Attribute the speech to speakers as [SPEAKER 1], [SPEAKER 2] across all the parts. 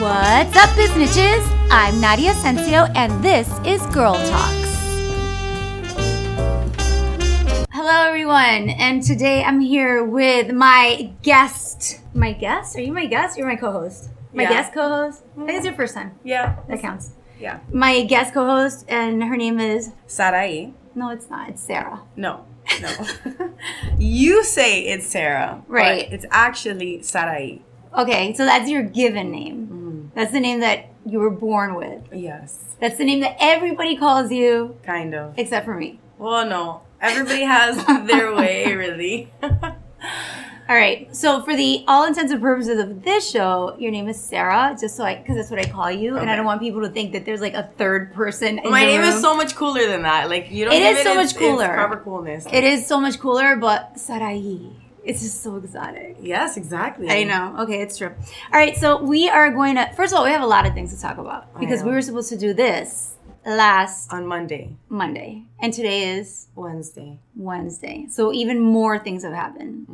[SPEAKER 1] What's up, businesses? I'm Nadia Asensio, and this is Girl Talks. Hello, everyone, and today I'm here with my guest. My guest? Are you my guest? You're my co-host. My
[SPEAKER 2] Yeah.
[SPEAKER 1] guest co-host. I think it's your first time.
[SPEAKER 2] Yeah.
[SPEAKER 1] That counts.
[SPEAKER 2] Yeah.
[SPEAKER 1] My guest co-host, and her name is
[SPEAKER 2] Sarai.
[SPEAKER 1] no, it's not. It's Sarah.
[SPEAKER 2] No. No. you say it's Sarah. but
[SPEAKER 1] Right.
[SPEAKER 2] it's actually Sarai.
[SPEAKER 1] Okay, so that's your given name. That's the name that you were born with.
[SPEAKER 2] Yes.
[SPEAKER 1] That's the name that everybody calls you,
[SPEAKER 2] Kind of.
[SPEAKER 1] except for me.
[SPEAKER 2] Well, no. Everybody has their way, really.
[SPEAKER 1] All right. So for the all intents and purposes of this show, your name is Sarah, just so I because that's what I call you, and I
[SPEAKER 2] Okay.
[SPEAKER 1] don't want people to think that there's like a third person. In
[SPEAKER 2] My
[SPEAKER 1] the
[SPEAKER 2] name is
[SPEAKER 1] room.
[SPEAKER 2] so much cooler than that. Like you don't.
[SPEAKER 1] It
[SPEAKER 2] give
[SPEAKER 1] is so
[SPEAKER 2] its-
[SPEAKER 1] much
[SPEAKER 2] its
[SPEAKER 1] cooler.
[SPEAKER 2] proper coolness.
[SPEAKER 1] It is so much cooler, but Sarai, it's just so exotic.
[SPEAKER 2] Yes, exactly.
[SPEAKER 1] I know. Okay, it's true. All right, so we are going to first of all, we have a lot of things to talk about because
[SPEAKER 2] know.
[SPEAKER 1] we were supposed to do this last
[SPEAKER 2] On Monday,
[SPEAKER 1] Monday, and today is
[SPEAKER 2] Wednesday.
[SPEAKER 1] Wednesday. So even more things have happened.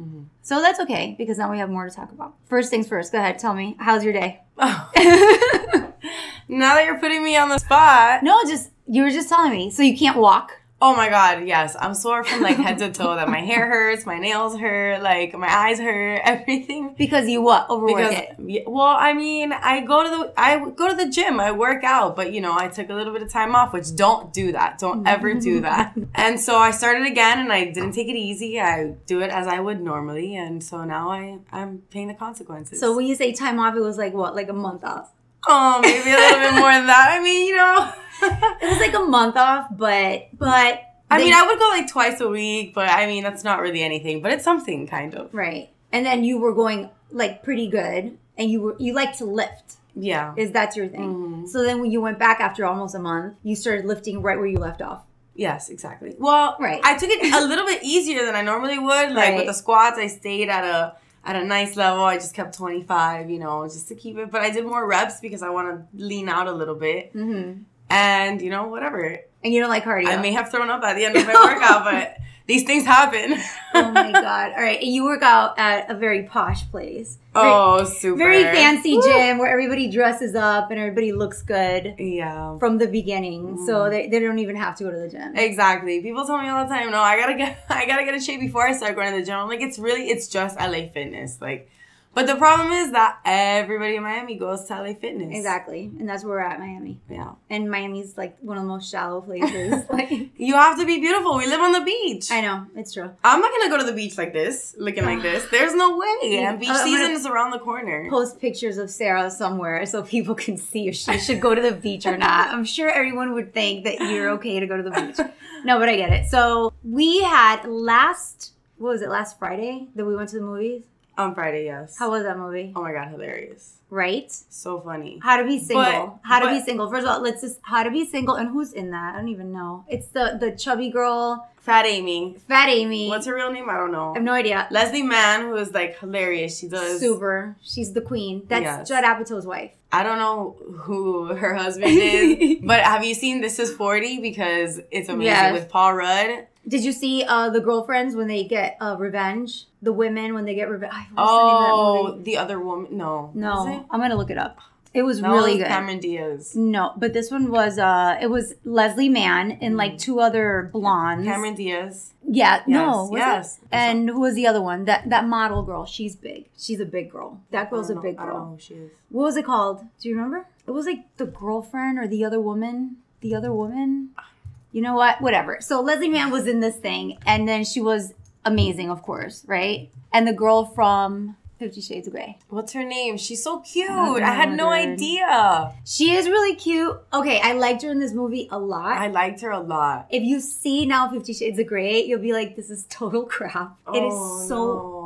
[SPEAKER 1] So that's okay because now we have more to talk about. First things first. Go ahead, tell me how's your day.
[SPEAKER 2] Oh. now that you're putting me on the spot.
[SPEAKER 1] No, just you were just telling me. So you can't walk.
[SPEAKER 2] Oh my god, yes. I'm sore from like head to toe that my hair hurts, my nails hurt, like my eyes hurt, everything.
[SPEAKER 1] Because you what? Overwork
[SPEAKER 2] because
[SPEAKER 1] it.
[SPEAKER 2] yeah, well i mean i go to the i go to the gym i work out but you know i took a little bit of time off which don't do that
[SPEAKER 1] Mm-hmm.
[SPEAKER 2] don't ever do that and so i started again and i didn't take it easy i do it as i would normally and so now i i'm paying the consequences
[SPEAKER 1] So when you say time off, it was like what? Like a month off.
[SPEAKER 2] oh maybe a little bit more than that i mean you know
[SPEAKER 1] It was like a month off, but but
[SPEAKER 2] i
[SPEAKER 1] then-
[SPEAKER 2] mean i would go like twice a week but i mean that's not really anything but it's something kind of
[SPEAKER 1] right. And then you were going like pretty good, and you were you like to lift.
[SPEAKER 2] yeah
[SPEAKER 1] Is that's your thing?
[SPEAKER 2] Mm-hmm.
[SPEAKER 1] So then when you went back after almost a month, you started lifting right where you left off.
[SPEAKER 2] Yes, exactly. Well,
[SPEAKER 1] Right.
[SPEAKER 2] I took it a little bit easier than I normally would. Like
[SPEAKER 1] Right.
[SPEAKER 2] with the squats, I stayed at a at a nice level. I just kept 25, you know, just to keep it. But I did more reps because I want to lean out a little bit.
[SPEAKER 1] Mm-hmm.
[SPEAKER 2] And you know, whatever.
[SPEAKER 1] And you don't like cardio.
[SPEAKER 2] I may have thrown up at the end of my workout, but these things happen.
[SPEAKER 1] oh my god! All right, and you work out at a very posh place.
[SPEAKER 2] oh, super.
[SPEAKER 1] Very fancy
[SPEAKER 2] Woo.
[SPEAKER 1] gym where everybody dresses up and everybody looks good.
[SPEAKER 2] Yeah.
[SPEAKER 1] from the beginning, so they, they don't even have to go to the gym.
[SPEAKER 2] Exactly. People tell me all the time, no, I gotta get I gotta get in shape before I start going to the gym. I'm like, it's really it's just LA fitness. Like but the problem is that everybody in Miami goes to LA fitness.
[SPEAKER 1] Exactly, and that's where we're at, Miami.
[SPEAKER 2] Yeah.
[SPEAKER 1] And Miami's like one of the most shallow places. like,
[SPEAKER 2] You have to be beautiful. We live on the beach.
[SPEAKER 1] I know it's true.
[SPEAKER 2] I'm not gonna go to the beach like this, looking like this. There's no way. And beach
[SPEAKER 1] I'm gonna-
[SPEAKER 2] season is around the corner.
[SPEAKER 1] Post pictures of Sarah somewhere so people can see if she should go to the beach or not. I'm sure everyone would think that you're okay to go to the beach. No, but I get it. So we had last what was it last Friday that we went to the movies.
[SPEAKER 2] On Friday, yes.
[SPEAKER 1] How was that movie?
[SPEAKER 2] oh my god, hilarious.
[SPEAKER 1] Right?
[SPEAKER 2] So funny.
[SPEAKER 1] How to be single. how to be
[SPEAKER 2] but-
[SPEAKER 1] single. First of all, let's just how to be single and who's in that? I don't even know. It's the the chubby girl,
[SPEAKER 2] Fat Amy.
[SPEAKER 1] fat Amy.
[SPEAKER 2] What's her real name? I don't know.
[SPEAKER 1] I have no idea.
[SPEAKER 2] Leslie Mann, who is like hilarious. She does.
[SPEAKER 1] Super. She's the queen. That's
[SPEAKER 2] Yes.
[SPEAKER 1] Judd Apatow's wife.
[SPEAKER 2] I don't know who her husband is, but have you seen This Is 40? Because it's amazing
[SPEAKER 1] Yes.
[SPEAKER 2] with Paul Rudd.
[SPEAKER 1] Did you see uh the girlfriends when they get uh revenge? The women when they get revenge.
[SPEAKER 2] Oh, the, other woman. No. Is
[SPEAKER 1] No,
[SPEAKER 2] it?
[SPEAKER 1] I'm gonna look it up. It was
[SPEAKER 2] That
[SPEAKER 1] really
[SPEAKER 2] was
[SPEAKER 1] good.
[SPEAKER 2] Cameron Diaz.
[SPEAKER 1] No, but this one was uh it was Leslie Mann and like two other blondes.
[SPEAKER 2] Mm. Cameron Diaz.
[SPEAKER 1] Yeah, no,
[SPEAKER 2] Yes,
[SPEAKER 1] was
[SPEAKER 2] yes.
[SPEAKER 1] it? And who was the other one? That that model girl. She's big. She's a big girl. That girl's a
[SPEAKER 2] don't know-
[SPEAKER 1] big
[SPEAKER 2] I don't know
[SPEAKER 1] girl.
[SPEAKER 2] who she is.
[SPEAKER 1] What was it called? Do you remember? It was like the girlfriend or the other woman. The other woman. You know what? Whatever. So Leslie Mann was in this thing, and then she was amazing, of course, right? And the girl from Fifty Shades of Grey.
[SPEAKER 2] What's her name? She's so cute.
[SPEAKER 1] don't
[SPEAKER 2] I had
[SPEAKER 1] know,
[SPEAKER 2] no
[SPEAKER 1] dude.
[SPEAKER 2] idea.
[SPEAKER 1] She is really cute. Okay, I liked her in this movie a lot.
[SPEAKER 2] I liked her a lot.
[SPEAKER 1] if you see now Fifty Shades of Grey, you'll be like, this is total crap. it
[SPEAKER 2] Oh,
[SPEAKER 1] is so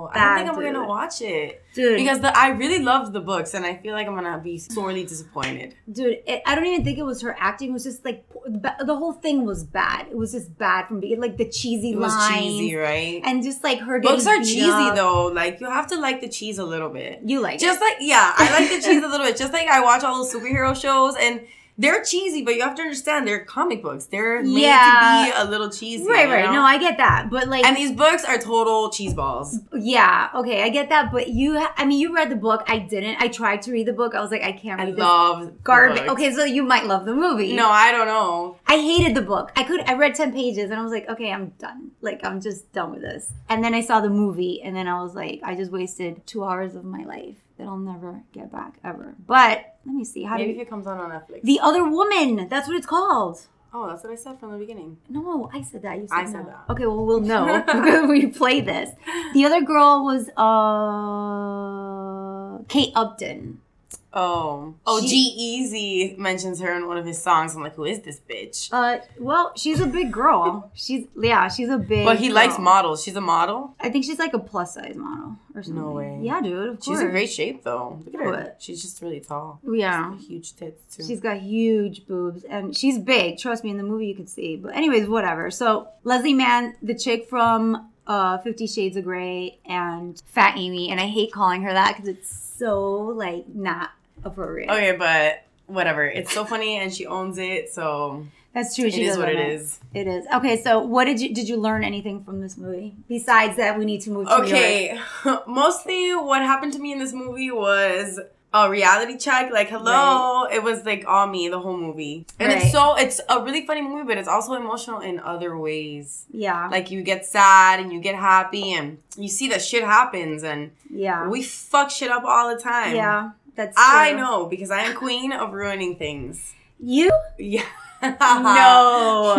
[SPEAKER 2] no. I
[SPEAKER 1] bad,
[SPEAKER 2] don't think I'm
[SPEAKER 1] dude.
[SPEAKER 2] gonna watch it
[SPEAKER 1] dude.
[SPEAKER 2] because the, I really loved the books, and I feel like I'm gonna be sorely disappointed.
[SPEAKER 1] dude it, i don't even think it was her acting it was just like p- ba- the whole thing was bad it was just bad from being like the cheesy
[SPEAKER 2] It was
[SPEAKER 1] lines
[SPEAKER 2] cheesy, right?
[SPEAKER 1] and just like her
[SPEAKER 2] Books
[SPEAKER 1] getting
[SPEAKER 2] are
[SPEAKER 1] beat
[SPEAKER 2] cheesy
[SPEAKER 1] up.
[SPEAKER 2] though. Like you have to like the cheese a little bit.
[SPEAKER 1] you like
[SPEAKER 2] Just like yeah, I like the cheese a little bit. Just like I watch all those superhero shows and They're cheesy, but you have to understand they're comic books. They're made
[SPEAKER 1] Yeah.
[SPEAKER 2] to be a little cheesy.
[SPEAKER 1] Right,
[SPEAKER 2] you
[SPEAKER 1] right.
[SPEAKER 2] know?
[SPEAKER 1] No, I get that. But like
[SPEAKER 2] and these books are total cheese balls.
[SPEAKER 1] yeah, okay, I get that, but you ha- I mean, you read the book, I didn't. I tried to read the book. I was like I can't
[SPEAKER 2] I
[SPEAKER 1] read this
[SPEAKER 2] love
[SPEAKER 1] garbage.
[SPEAKER 2] books.
[SPEAKER 1] Okay, so you might love the movie.
[SPEAKER 2] No, I don't know.
[SPEAKER 1] I hated the book. I could I read 10 pages and I was like, "Okay, I'm done. Like I'm just done with this." And then I saw the movie and then I was like, I just wasted 2 hours of my life that I'll never get back ever. But let me see. How
[SPEAKER 2] Maybe if
[SPEAKER 1] do you-
[SPEAKER 2] it comes on on Netflix.
[SPEAKER 1] The Other Woman. That's what it's called.
[SPEAKER 2] oh, that's what I said from the beginning.
[SPEAKER 1] No, I said that. You said
[SPEAKER 2] I said
[SPEAKER 1] no.
[SPEAKER 2] that.
[SPEAKER 1] Okay, well we'll know when we play this. The other girl was uh Kate Upton.
[SPEAKER 2] Oh. Oh,
[SPEAKER 1] She-
[SPEAKER 2] G Easy mentions her in one of his songs. I'm like, who is this bitch?
[SPEAKER 1] Uh, well, she's a big girl. She's yeah, she's a big.
[SPEAKER 2] But he
[SPEAKER 1] girl.
[SPEAKER 2] likes models. She's a model.
[SPEAKER 1] I think she's like a plus size model or something.
[SPEAKER 2] way.
[SPEAKER 1] Yeah, dude. Of
[SPEAKER 2] She's
[SPEAKER 1] course.
[SPEAKER 2] in great shape though. Look at
[SPEAKER 1] No,
[SPEAKER 2] her.
[SPEAKER 1] it-
[SPEAKER 2] She's just really tall.
[SPEAKER 1] Yeah.
[SPEAKER 2] Huge tits too.
[SPEAKER 1] She's got huge boobs and she's big. Trust me, in the movie you can see. But anyways, whatever. So Leslie Mann, the chick from uh, Fifty Shades of Grey and Fat Amy, and I hate calling her that because it's so like not appropriate.
[SPEAKER 2] okay, but whatever. It's so funny, and she owns it. So
[SPEAKER 1] That's true.
[SPEAKER 2] it
[SPEAKER 1] She
[SPEAKER 2] is
[SPEAKER 1] does
[SPEAKER 2] what
[SPEAKER 1] own
[SPEAKER 2] it is.
[SPEAKER 1] It is okay. So what did you did you learn anything from this movie besides that we need to move? To New York?
[SPEAKER 2] Okay. Mostly, what happened to me in this movie was a reality check. Like, hello. It was like all me the whole movie, and
[SPEAKER 1] Right.
[SPEAKER 2] it's so it's a really funny movie, but it's also emotional in other ways.
[SPEAKER 1] Yeah.
[SPEAKER 2] Like you get sad and you get happy, and you see that shit happens, and
[SPEAKER 1] yeah.
[SPEAKER 2] we fuck shit up all the time.
[SPEAKER 1] yeah. That's.
[SPEAKER 2] I
[SPEAKER 1] true.
[SPEAKER 2] know because I am queen of ruining things.
[SPEAKER 1] you.
[SPEAKER 2] Yeah.
[SPEAKER 1] No.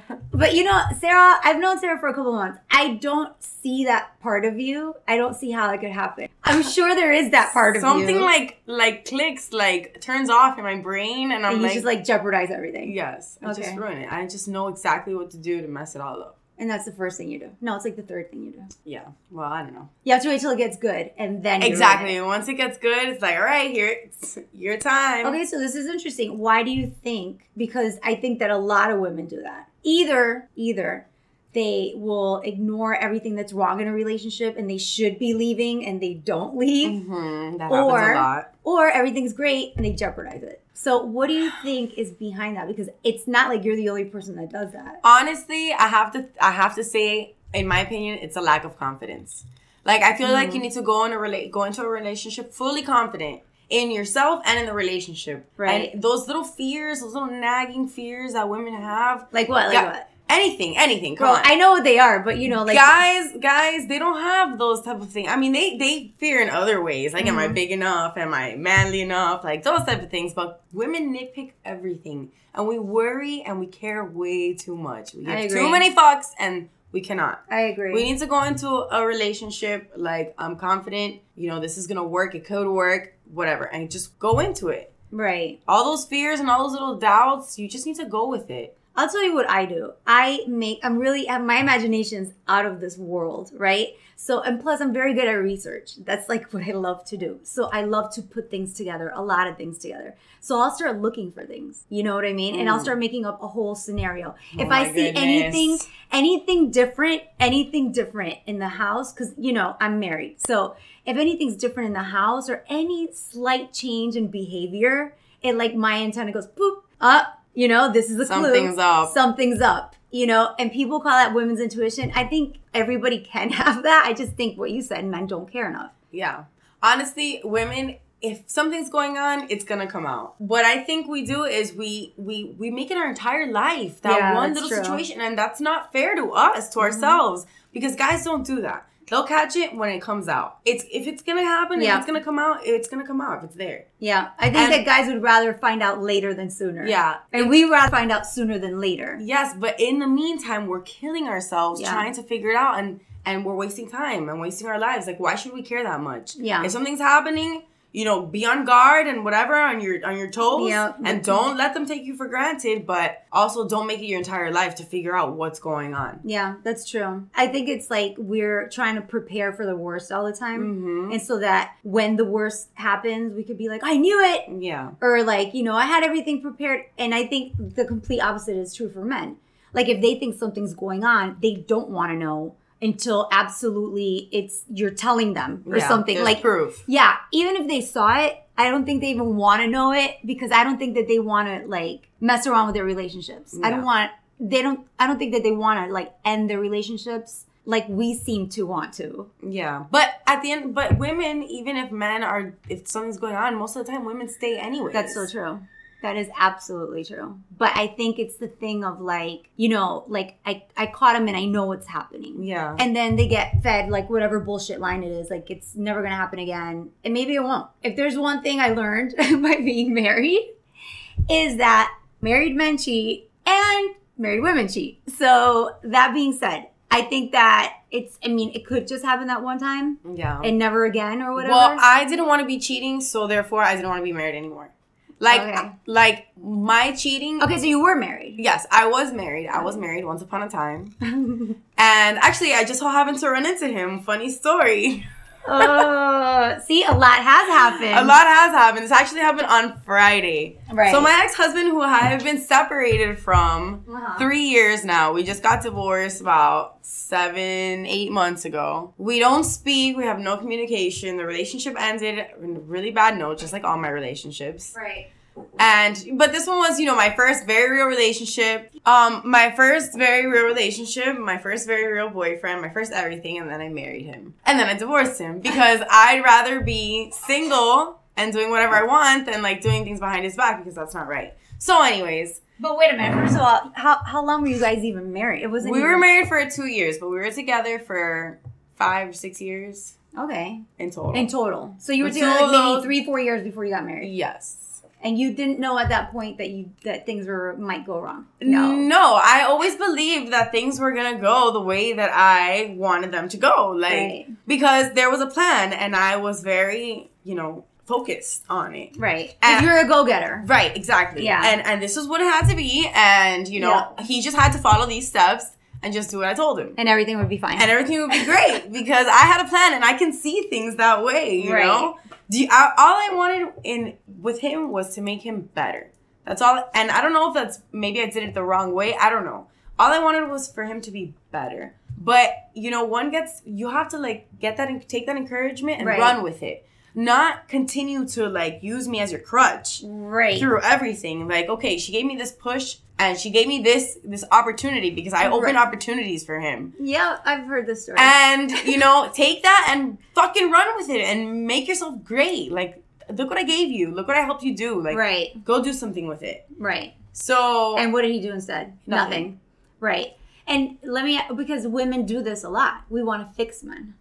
[SPEAKER 2] Hmm.
[SPEAKER 1] But you know, Sarah, I've known Sarah for a couple months. I don't see that part of you. I don't see how that could happen. I'm sure there is that part of
[SPEAKER 2] Something
[SPEAKER 1] you.
[SPEAKER 2] like like clicks, like turns off in my brain, and
[SPEAKER 1] that
[SPEAKER 2] I'm
[SPEAKER 1] you
[SPEAKER 2] like,
[SPEAKER 1] just like jeopardize everything.
[SPEAKER 2] yes, I just
[SPEAKER 1] Okay.
[SPEAKER 2] ruin it. I just know exactly what to do to mess it all up.
[SPEAKER 1] And that's the first thing you do. No, it's like the third thing you do.
[SPEAKER 2] Yeah. Well, I don't know.
[SPEAKER 1] You have to wait till it gets good and then you ruin
[SPEAKER 2] exactly.
[SPEAKER 1] it.
[SPEAKER 2] Once it gets good, it's like, all right, here, it's your time.
[SPEAKER 1] Okay, so this is interesting. Why do you think? Because I think that a lot of women do that. Either, either they will ignore everything that's wrong in a relationship and they should be leaving and they don't leave.
[SPEAKER 2] hmm That
[SPEAKER 1] Or-
[SPEAKER 2] happens a lot.
[SPEAKER 1] or everything's great and they jeopardize it. So, what do you think is behind that? Because it's not like you're the only person that does that.
[SPEAKER 2] Honestly, I have to. I have to say, in my opinion, it's a lack of confidence. Like I feel like
[SPEAKER 1] Mm.
[SPEAKER 2] you need to go in a relate, go into a relationship fully confident in yourself and in the relationship.
[SPEAKER 1] Right.
[SPEAKER 2] And those little fears, those little nagging fears that women have,
[SPEAKER 1] Like what? Like
[SPEAKER 2] Yeah.
[SPEAKER 1] what?
[SPEAKER 2] anything, anything. Come
[SPEAKER 1] Well,
[SPEAKER 2] on.
[SPEAKER 1] I know what they are, but you know, like
[SPEAKER 2] guys, guys, they don't have those type of things. I mean, they they fear in other ways. Like, am
[SPEAKER 1] Mm-hmm.
[SPEAKER 2] I big enough? Am I manly enough? Like those type of things. But women nitpick everything, and we worry and we care way too much. We
[SPEAKER 1] I
[SPEAKER 2] give
[SPEAKER 1] agree.
[SPEAKER 2] too many fucks, and we cannot.
[SPEAKER 1] I agree.
[SPEAKER 2] We need to go into a relationship like I'm confident. You know, this is gonna work. It could work. Whatever, and just go into it.
[SPEAKER 1] right.
[SPEAKER 2] All those fears and all those little doubts, you just need to go with it.
[SPEAKER 1] I'll tell you what I do. I make I'm really my imagination's out of this world, right? So and plus I'm very good at research. That's like what I love to do. So I love to put things together, a lot of things together. So I'll start looking for things. You know what I mean? And I'll start making up a whole scenario. if
[SPEAKER 2] Mm. Oh my
[SPEAKER 1] I see
[SPEAKER 2] goodness.
[SPEAKER 1] anything anything different, anything different in the house, because you know, I'm married. So if anything's different in the house or any slight change in behavior, it like my antenna goes boop up, you know, this is a clue.
[SPEAKER 2] Something's up.
[SPEAKER 1] Something's up. You know, and people call that women's intuition. I think everybody can have that. I just think what you said, men don't care enough.
[SPEAKER 2] Yeah. Honestly, women, if something's going on, it's gonna come out. What I think we do is we we we make it our entire life that
[SPEAKER 1] Yeah,
[SPEAKER 2] one
[SPEAKER 1] that's
[SPEAKER 2] little
[SPEAKER 1] true. Mm-hmm.
[SPEAKER 2] situation, and that's not fair to us, to ourselves, because guys don't do that. They'll catch it when it comes out. It's if it's gonna happen,
[SPEAKER 1] Yeah.
[SPEAKER 2] if it's gonna come out, it's gonna come out if it's there.
[SPEAKER 1] Yeah. I think
[SPEAKER 2] And-
[SPEAKER 1] that guys would rather find out later than sooner.
[SPEAKER 2] Yeah.
[SPEAKER 1] And we rather find out sooner than later.
[SPEAKER 2] Yes, but in the meantime, we're killing ourselves
[SPEAKER 1] Yeah.
[SPEAKER 2] trying to figure it out, and and we're wasting time and wasting our lives. Like, why should we care that much?
[SPEAKER 1] Yeah.
[SPEAKER 2] If something's happening, you know, be on guard and whatever on your on your toes,
[SPEAKER 1] Yeah.
[SPEAKER 2] and don't let them take you for granted. But also, don't make it your entire life to figure out what's going on.
[SPEAKER 1] Yeah, that's true. I think it's like we're trying to prepare for the worst all the time.
[SPEAKER 2] Mm-hmm.
[SPEAKER 1] And so that when the worst happens, we could be like, I knew it.
[SPEAKER 2] Yeah.
[SPEAKER 1] or like you know i had everything prepared and i think the complete opposite is true for men like if they think something's going on they don't want to know until absolutely it's you're telling them or
[SPEAKER 2] Yeah,
[SPEAKER 1] something
[SPEAKER 2] there's
[SPEAKER 1] like
[SPEAKER 2] proof.
[SPEAKER 1] yeah even if they saw it i don't think they even want to know it because i don't think that they want to like mess around with their relationships i don't
[SPEAKER 2] Yeah.
[SPEAKER 1] want they don't i don't think that they want to like end their relationships like we seem to want to
[SPEAKER 2] Yeah, but at the end, but women, even if men are, if something's going on, most of the time women stay anyway.
[SPEAKER 1] that's so true that is absolutely true but i think it's the thing of like you know like i i caught him and i know what's happening
[SPEAKER 2] Yeah.
[SPEAKER 1] and then they get fed like whatever bullshit line it is like it's never gonna happen again and maybe it won't if there's one thing i learned by being married is that married men cheat and married women cheat so that being said i think that it's i mean it could just happen that one time
[SPEAKER 2] yeah.
[SPEAKER 1] and never again or whatever
[SPEAKER 2] Well, I didn't want to be cheating, so therefore I didn't want to be married anymore. Like,
[SPEAKER 1] Okay.
[SPEAKER 2] like my cheating.
[SPEAKER 1] okay so you were married
[SPEAKER 2] Yes, I was married. I was married once upon a time,
[SPEAKER 1] Uh,
[SPEAKER 2] and actually, I just so happened to run into him. Funny story.
[SPEAKER 1] oh see a lot has happened
[SPEAKER 2] A lot has happened. This actually happened on Friday.
[SPEAKER 1] Right.
[SPEAKER 2] So my ex-husband, who I have been separated from
[SPEAKER 1] Uh-huh.
[SPEAKER 2] three years now, we just got divorced about seven, eight months ago. We don't speak. We have no communication. The relationship ended on a really bad note, just like all my relationships.
[SPEAKER 1] right
[SPEAKER 2] And but this one was, you know, my first very real relationship. Um, my first very real relationship, my first very real boyfriend, my first everything, and then I married him. And then I divorced him because I'd rather be single and doing whatever I want than like doing things behind his back because that's not right. So, anyways,
[SPEAKER 1] but wait a minute first of all how, how long were you guys even married it wasn't
[SPEAKER 2] we
[SPEAKER 1] even-
[SPEAKER 2] were married for two years, but we were together for five, six years
[SPEAKER 1] okay
[SPEAKER 2] in total.
[SPEAKER 1] In total. So you were
[SPEAKER 2] In
[SPEAKER 1] together like maybe
[SPEAKER 2] total.
[SPEAKER 1] three, four years before you got married.
[SPEAKER 2] yes.
[SPEAKER 1] And you didn't know at that point that you that things were might go wrong.
[SPEAKER 2] No.
[SPEAKER 1] No.
[SPEAKER 2] I always believed that things were gonna go the way that I wanted them to go. Like
[SPEAKER 1] Right.
[SPEAKER 2] because there was a plan and I was very, you know, focused on it.
[SPEAKER 1] Right.
[SPEAKER 2] And-
[SPEAKER 1] you're a go getter.
[SPEAKER 2] Right, exactly.
[SPEAKER 1] Yeah.
[SPEAKER 2] And and this is what it had to be, and you know, he just had to follow these steps and just do what I told him.
[SPEAKER 1] And everything would be fine.
[SPEAKER 2] And everything would be great because I had a plan and I can see things that way, you
[SPEAKER 1] Right.
[SPEAKER 2] know? Do you, I, all I wanted in with him was to make him better. That's all. And I don't know if that's maybe I did it the wrong way. I don't know. All I wanted was for him to be better. But you know, one gets you have to like get that and take that encouragement and
[SPEAKER 1] Right.
[SPEAKER 2] run with it. Not continue to like use me as your crutch
[SPEAKER 1] right.
[SPEAKER 2] through everything. Like, okay, she gave me this push and she gave me this this opportunity because I
[SPEAKER 1] Right.
[SPEAKER 2] opened opportunities for him.
[SPEAKER 1] Yeah, I've heard this story.
[SPEAKER 2] And you know, take that and fucking run with it and make yourself great. Like, look what I gave you. Look what I helped you do. Like,
[SPEAKER 1] right.
[SPEAKER 2] go do something with it.
[SPEAKER 1] Right.
[SPEAKER 2] So
[SPEAKER 1] And what did he do instead?
[SPEAKER 2] Nothing.
[SPEAKER 1] Right. And let me because women do this a lot. We want to fix men.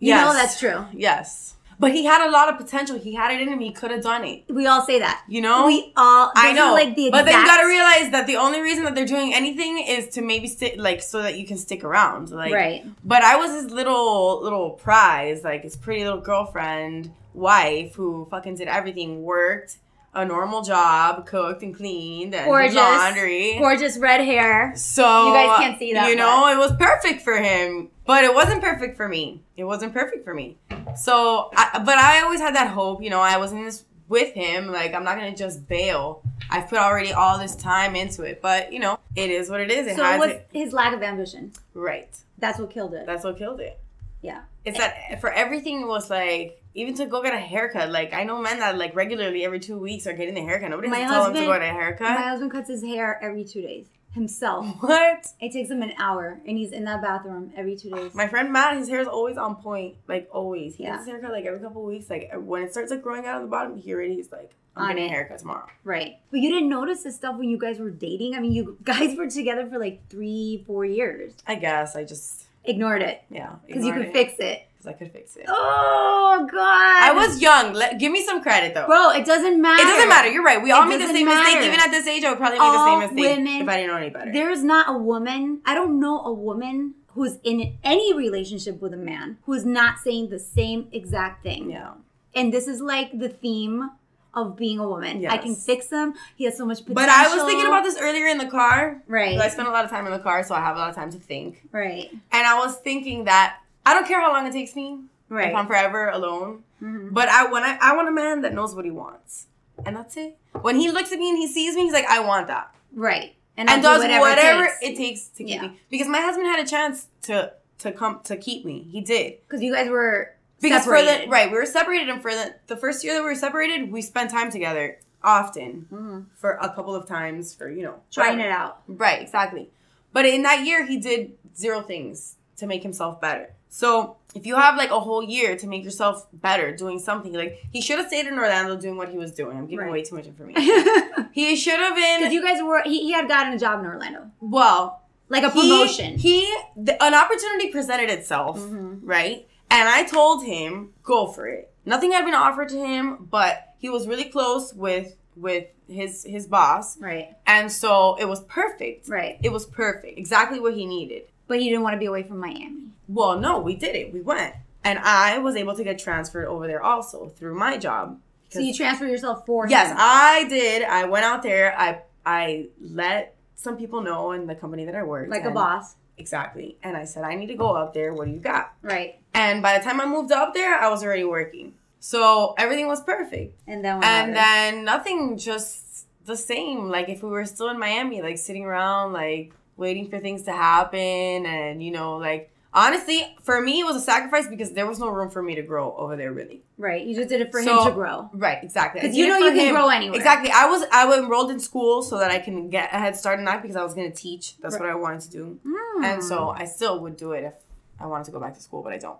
[SPEAKER 1] You
[SPEAKER 2] yes,
[SPEAKER 1] know that's true.
[SPEAKER 2] Yes, but he had a lot of potential. He had it in him. He could have done it.
[SPEAKER 1] We all say that.
[SPEAKER 2] You know.
[SPEAKER 1] we all
[SPEAKER 2] I
[SPEAKER 1] those are
[SPEAKER 2] know,
[SPEAKER 1] like the
[SPEAKER 2] but then you
[SPEAKER 1] exact-
[SPEAKER 2] gotta realize that the only reason that they're doing anything is to maybe sit like so that you can stick around, like
[SPEAKER 1] Right.
[SPEAKER 2] But I was his little little prize, like his pretty little girlfriend, wife who fucking did everything, worked a normal job, cooked and cleaned and did
[SPEAKER 1] Gorgeous.
[SPEAKER 2] laundry.
[SPEAKER 1] Gorgeous red hair.
[SPEAKER 2] so
[SPEAKER 1] You guys can't see that
[SPEAKER 2] You know, it was perfect for him, but it wasn't perfect for me. It wasn't perfect for me. So, I, but I always had that hope. You know, I was in this with him. Like, I'm not gonna just bail. I've put already all this time into it, but you know, it is what it is. It
[SPEAKER 1] So it
[SPEAKER 2] has
[SPEAKER 1] was
[SPEAKER 2] it
[SPEAKER 1] his lack of ambition.
[SPEAKER 2] right.
[SPEAKER 1] That's what killed it.
[SPEAKER 2] That's what killed it.
[SPEAKER 1] yeah.
[SPEAKER 2] It's that for everything it was like even to go get a haircut. Like I know men that like regularly every two weeks are getting the haircut. Nobody
[SPEAKER 1] My
[SPEAKER 2] has to tell them to
[SPEAKER 1] husband-
[SPEAKER 2] go get a haircut.
[SPEAKER 1] My husband cuts his hair every two days himself.
[SPEAKER 2] what?
[SPEAKER 1] It takes him an hour, and he's in that bathroom every two days.
[SPEAKER 2] My friend Matt, his hair is always on point. Like always, he
[SPEAKER 1] Yeah.
[SPEAKER 2] gets his haircut like every couple weeks. Like when it starts like growing out on the bottom, he already he's like, I'm
[SPEAKER 1] On
[SPEAKER 2] getting
[SPEAKER 1] it.
[SPEAKER 2] a haircut tomorrow.
[SPEAKER 1] right. But you didn't notice this stuff when you guys were dating. I mean, you guys were together for like three, four years.
[SPEAKER 2] I guess I just
[SPEAKER 1] Ignored it
[SPEAKER 2] yeah
[SPEAKER 1] because you
[SPEAKER 2] ignored
[SPEAKER 1] could
[SPEAKER 2] it,
[SPEAKER 1] fix it.
[SPEAKER 2] 'cause I could fix it.
[SPEAKER 1] Oh God!
[SPEAKER 2] I was young. Let, give me some credit though.
[SPEAKER 1] bro. It doesn't matter.
[SPEAKER 2] it doesn't matter. You're right. We
[SPEAKER 1] It
[SPEAKER 2] all made the
[SPEAKER 1] doesn't
[SPEAKER 2] same
[SPEAKER 1] matter.
[SPEAKER 2] mistake. Even at this age, I would probably make
[SPEAKER 1] All
[SPEAKER 2] the same mistake
[SPEAKER 1] women-
[SPEAKER 2] if I didn't know any better.
[SPEAKER 1] There's not a woman, I don't know a woman who's in any relationship with a man who's not saying the same exact thing.
[SPEAKER 2] Yeah.
[SPEAKER 1] And this is like the theme of being a woman. I can
[SPEAKER 2] Yes.
[SPEAKER 1] fix him. He has so much potential.
[SPEAKER 2] But I was thinking about this earlier in the car.
[SPEAKER 1] Right.
[SPEAKER 2] So I spent a lot of time in the car, so I have a lot of time to think.
[SPEAKER 1] Right.
[SPEAKER 2] And I was thinking that I don't care how long it takes me
[SPEAKER 1] Right.
[SPEAKER 2] if I'm forever alone.
[SPEAKER 1] Mhm.
[SPEAKER 2] But I when I, I want a man that knows what he wants. And that's it. When he looks at me and he sees me, he's like, I want that.
[SPEAKER 1] Right.
[SPEAKER 2] And,
[SPEAKER 1] I'll
[SPEAKER 2] does
[SPEAKER 1] do
[SPEAKER 2] whatever,
[SPEAKER 1] whatever it takes.
[SPEAKER 2] it takes to keep
[SPEAKER 1] Yeah.
[SPEAKER 2] me. Because my husband had a chance to to come to keep me. He did
[SPEAKER 1] Because you guys were
[SPEAKER 2] because for the
[SPEAKER 1] separated.
[SPEAKER 2] right we were separated, and for the the first year that we were separated, we spent time together often
[SPEAKER 1] Mhm.
[SPEAKER 2] for a couple of times for you know
[SPEAKER 1] trying
[SPEAKER 2] whatever.
[SPEAKER 1] it out.
[SPEAKER 2] Right, exactly. But in that year, he did zero things to make himself better. So if you have like a whole year to make yourself better doing something, like he should have stayed in Orlando doing what he was doing. I'm giving
[SPEAKER 1] Right.
[SPEAKER 2] way too much information.
[SPEAKER 1] Because
[SPEAKER 2] he should have been
[SPEAKER 1] you guys were he, he had gotten a job in Orlando,
[SPEAKER 2] well
[SPEAKER 1] like a
[SPEAKER 2] he-
[SPEAKER 1] promotion. Mm-hmm.
[SPEAKER 2] He, the, an opportunity presented itself, right? And I told him go for it. Nothing had been offered to him, but he was really close with with his his boss,
[SPEAKER 1] right,
[SPEAKER 2] and so it was perfect.
[SPEAKER 1] right.
[SPEAKER 2] It was perfect, exactly what he needed.
[SPEAKER 1] But he didn't want to be away from Miami.
[SPEAKER 2] Well, no, we did it. We went. And I was able to get transferred over there also through my job.
[SPEAKER 1] So you transferred yourself for
[SPEAKER 2] Yes,
[SPEAKER 1] him.
[SPEAKER 2] I did. I went out there. I I let some people know in the company that I worked.
[SPEAKER 1] like a
[SPEAKER 2] and-
[SPEAKER 1] boss.
[SPEAKER 2] Exactly. And I said, I need to go out there. What do you got?
[SPEAKER 1] Right.
[SPEAKER 2] And by the time I moved up there, I was already working. So everything was perfect.
[SPEAKER 1] And then what happened?
[SPEAKER 2] And then nothing just the same. Like if we were still in Miami, like sitting around, like waiting for things to happen, and you know, like honestly, for me, it was a sacrifice because there was no room for me to grow over there, really.
[SPEAKER 1] right, you just did it for him
[SPEAKER 2] So-
[SPEAKER 1] to grow.
[SPEAKER 2] Right, exactly. I
[SPEAKER 1] Because
[SPEAKER 2] did
[SPEAKER 1] you
[SPEAKER 2] it
[SPEAKER 1] know
[SPEAKER 2] for
[SPEAKER 1] you can
[SPEAKER 2] him.
[SPEAKER 1] grow anywhere.
[SPEAKER 2] Exactly. I was I enrolled in school so that I can get a head start in that because I was going to teach. That's what I wanted to do,
[SPEAKER 1] Mm.
[SPEAKER 2] and so I still would do it if I wanted to go back to school, but I don't.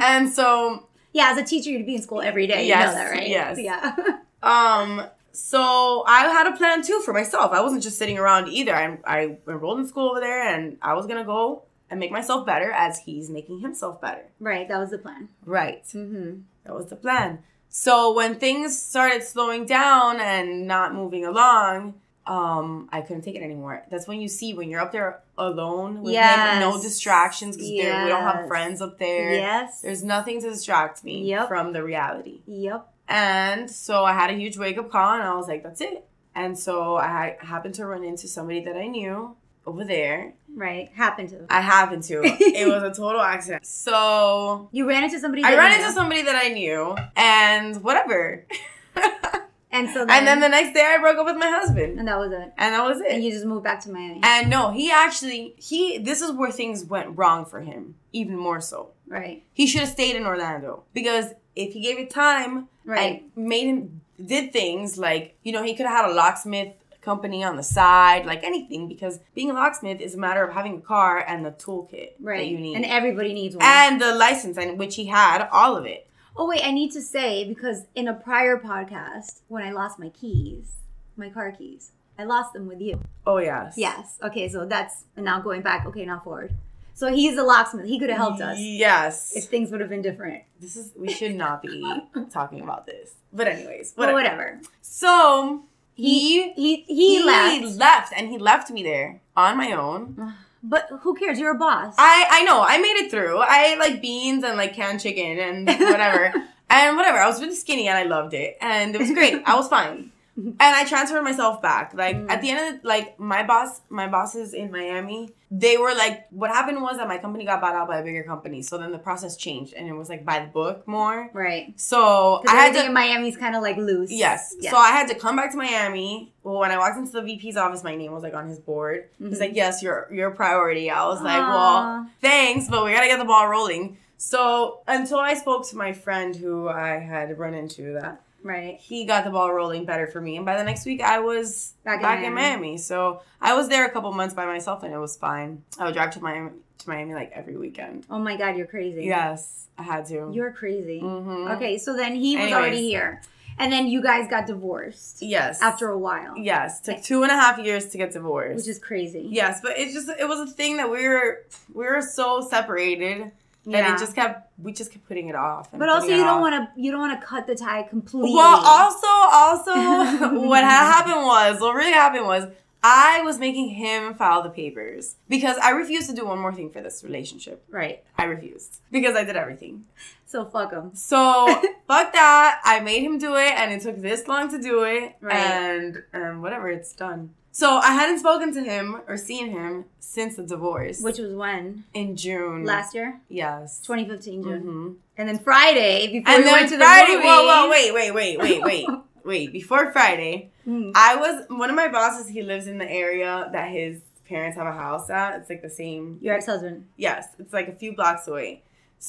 [SPEAKER 2] and so
[SPEAKER 1] yeah, as a teacher, you'd be in school every day. you
[SPEAKER 2] Yes,
[SPEAKER 1] know that, right?
[SPEAKER 2] yes.
[SPEAKER 1] Yeah.
[SPEAKER 2] Um, so I had a plan too for myself. I wasn't just sitting around either. I, I enrolled in school over there and I was gonna go and make myself better as he's making himself better.
[SPEAKER 1] right. That was the plan.
[SPEAKER 2] Right.
[SPEAKER 1] Mm-hmm.
[SPEAKER 2] That was the plan. So when things started slowing down and not moving along, um, I couldn't take it anymore. That's when you see when you're up there alone with him, no
[SPEAKER 1] Yes.
[SPEAKER 2] distractions because we don't have
[SPEAKER 1] Yes.
[SPEAKER 2] friends up there.
[SPEAKER 1] Yes.
[SPEAKER 2] There's nothing to distract me
[SPEAKER 1] Yep.
[SPEAKER 2] from the reality.
[SPEAKER 1] yep.
[SPEAKER 2] And so I had a huge wake up call, and I was like, that's it. And so I ha- happened to run into somebody that I knew over there.
[SPEAKER 1] Right. Happened to.
[SPEAKER 2] I happened to. it was a total accident. So
[SPEAKER 1] you ran into somebody.
[SPEAKER 2] I
[SPEAKER 1] that
[SPEAKER 2] ran
[SPEAKER 1] you
[SPEAKER 2] into
[SPEAKER 1] knew.
[SPEAKER 2] somebody that I knew, and whatever.
[SPEAKER 1] And so. Then,
[SPEAKER 2] And then the next day, I broke up with my husband,
[SPEAKER 1] And that was it.
[SPEAKER 2] and that was
[SPEAKER 1] And
[SPEAKER 2] it.
[SPEAKER 1] you just moved back to Miami.
[SPEAKER 2] And no, he actually he. This is where things went wrong for him, even more so.
[SPEAKER 1] right.
[SPEAKER 2] He should have stayed in Orlando because if he gave it time,
[SPEAKER 1] Right.
[SPEAKER 2] and made him did things like you know he could have had a locksmith company on the side like anything because being a locksmith is a matter of having a car and the toolkit
[SPEAKER 1] right.
[SPEAKER 2] that you need
[SPEAKER 1] And
[SPEAKER 2] and,
[SPEAKER 1] everybody needs one.
[SPEAKER 2] the license and which he had all of it
[SPEAKER 1] Oh wait, I need to say because in a prior podcast, when I lost my keys, my car keys, I lost them with you.
[SPEAKER 2] oh yes
[SPEAKER 1] Yes. Okay, so that's and now going back. Okay, now forward. So he's a locksmith. He could have helped us
[SPEAKER 2] yes
[SPEAKER 1] if things would have been different.
[SPEAKER 2] this is we should not be talking about this but anyways
[SPEAKER 1] But
[SPEAKER 2] whatever,
[SPEAKER 1] whatever.
[SPEAKER 2] so
[SPEAKER 1] He
[SPEAKER 2] he
[SPEAKER 1] he he, left.
[SPEAKER 2] left and he left me there on my own
[SPEAKER 1] But who cares? You're a boss.
[SPEAKER 2] I I know I made it through. I ate like beans and like canned chicken and whatever and whatever. I was really skinny and I loved it and it was great. I was fine. And I transferred myself back. Like
[SPEAKER 1] Mm.
[SPEAKER 2] at the end of the, like my boss, my bosses in Miami, they were like, what happened was that my company got bought out by a bigger company. So then the process changed and it was like by the book more.
[SPEAKER 1] right.
[SPEAKER 2] So I
[SPEAKER 1] Because
[SPEAKER 2] had
[SPEAKER 1] everything
[SPEAKER 2] to
[SPEAKER 1] in Miami's kind of like loose.
[SPEAKER 2] Yes.
[SPEAKER 1] Yeah.
[SPEAKER 2] So I had to come back to Miami. Well, when I walked into the VP's office, my name was like on his board. He's
[SPEAKER 1] Mhm.
[SPEAKER 2] like, "Yes, you're you're a priority." I was like,
[SPEAKER 1] Aw.
[SPEAKER 2] "Well, thanks, but we gotta get the ball rolling." So until I spoke to my friend who I had run into, that
[SPEAKER 1] right.
[SPEAKER 2] he got the ball rolling better for me, and by the next week I was
[SPEAKER 1] Back in
[SPEAKER 2] back, in
[SPEAKER 1] Miami.
[SPEAKER 2] Miami. So I was there a couple months by myself, and it was fine. I would drive to Miami to Miami like every weekend.
[SPEAKER 1] Oh my God, you're crazy.
[SPEAKER 2] Yes, I had to.
[SPEAKER 1] You're crazy.
[SPEAKER 2] Mhm.
[SPEAKER 1] Okay, so then he was
[SPEAKER 2] Anyways.
[SPEAKER 1] already here, and then you guys got divorced
[SPEAKER 2] Yes.
[SPEAKER 1] after a while,
[SPEAKER 2] Yes, took two and a half years to get divorced.
[SPEAKER 1] which is crazy.
[SPEAKER 2] Yes, but it's just it was a thing that we were we were so separated that
[SPEAKER 1] Yeah.
[SPEAKER 2] it just kept we just kept putting it off. and
[SPEAKER 1] But also,
[SPEAKER 2] putting it
[SPEAKER 1] you don't
[SPEAKER 2] off.
[SPEAKER 1] want to you don't want to cut the tie completely.
[SPEAKER 2] Well, also, also, what had happened was what really happened was I was making him file the papers because I refused to do one more thing for this relationship.
[SPEAKER 1] right.
[SPEAKER 2] I refused because I did everything.
[SPEAKER 1] So fuck him.
[SPEAKER 2] So fuck that. I made him do it, and it took this long to do it,
[SPEAKER 1] Right.
[SPEAKER 2] and and whatever, it's done. So I hadn't spoken to him or seen him since the divorce,
[SPEAKER 1] Which was when
[SPEAKER 2] in June
[SPEAKER 1] last year,
[SPEAKER 2] Yes.
[SPEAKER 1] 2015 June,
[SPEAKER 2] hmm
[SPEAKER 1] and then Friday before
[SPEAKER 2] And
[SPEAKER 1] we
[SPEAKER 2] then
[SPEAKER 1] went to the
[SPEAKER 2] Friday.
[SPEAKER 1] movies.
[SPEAKER 2] Whoa, whoa, wait, wait, wait, wait, wait, wait. Before Friday,
[SPEAKER 1] Mm.
[SPEAKER 2] I was one of my bosses. He lives in the area that his parents have a house at. It's like the same.
[SPEAKER 1] Your ex husband.
[SPEAKER 2] Yes, it's like a few blocks away.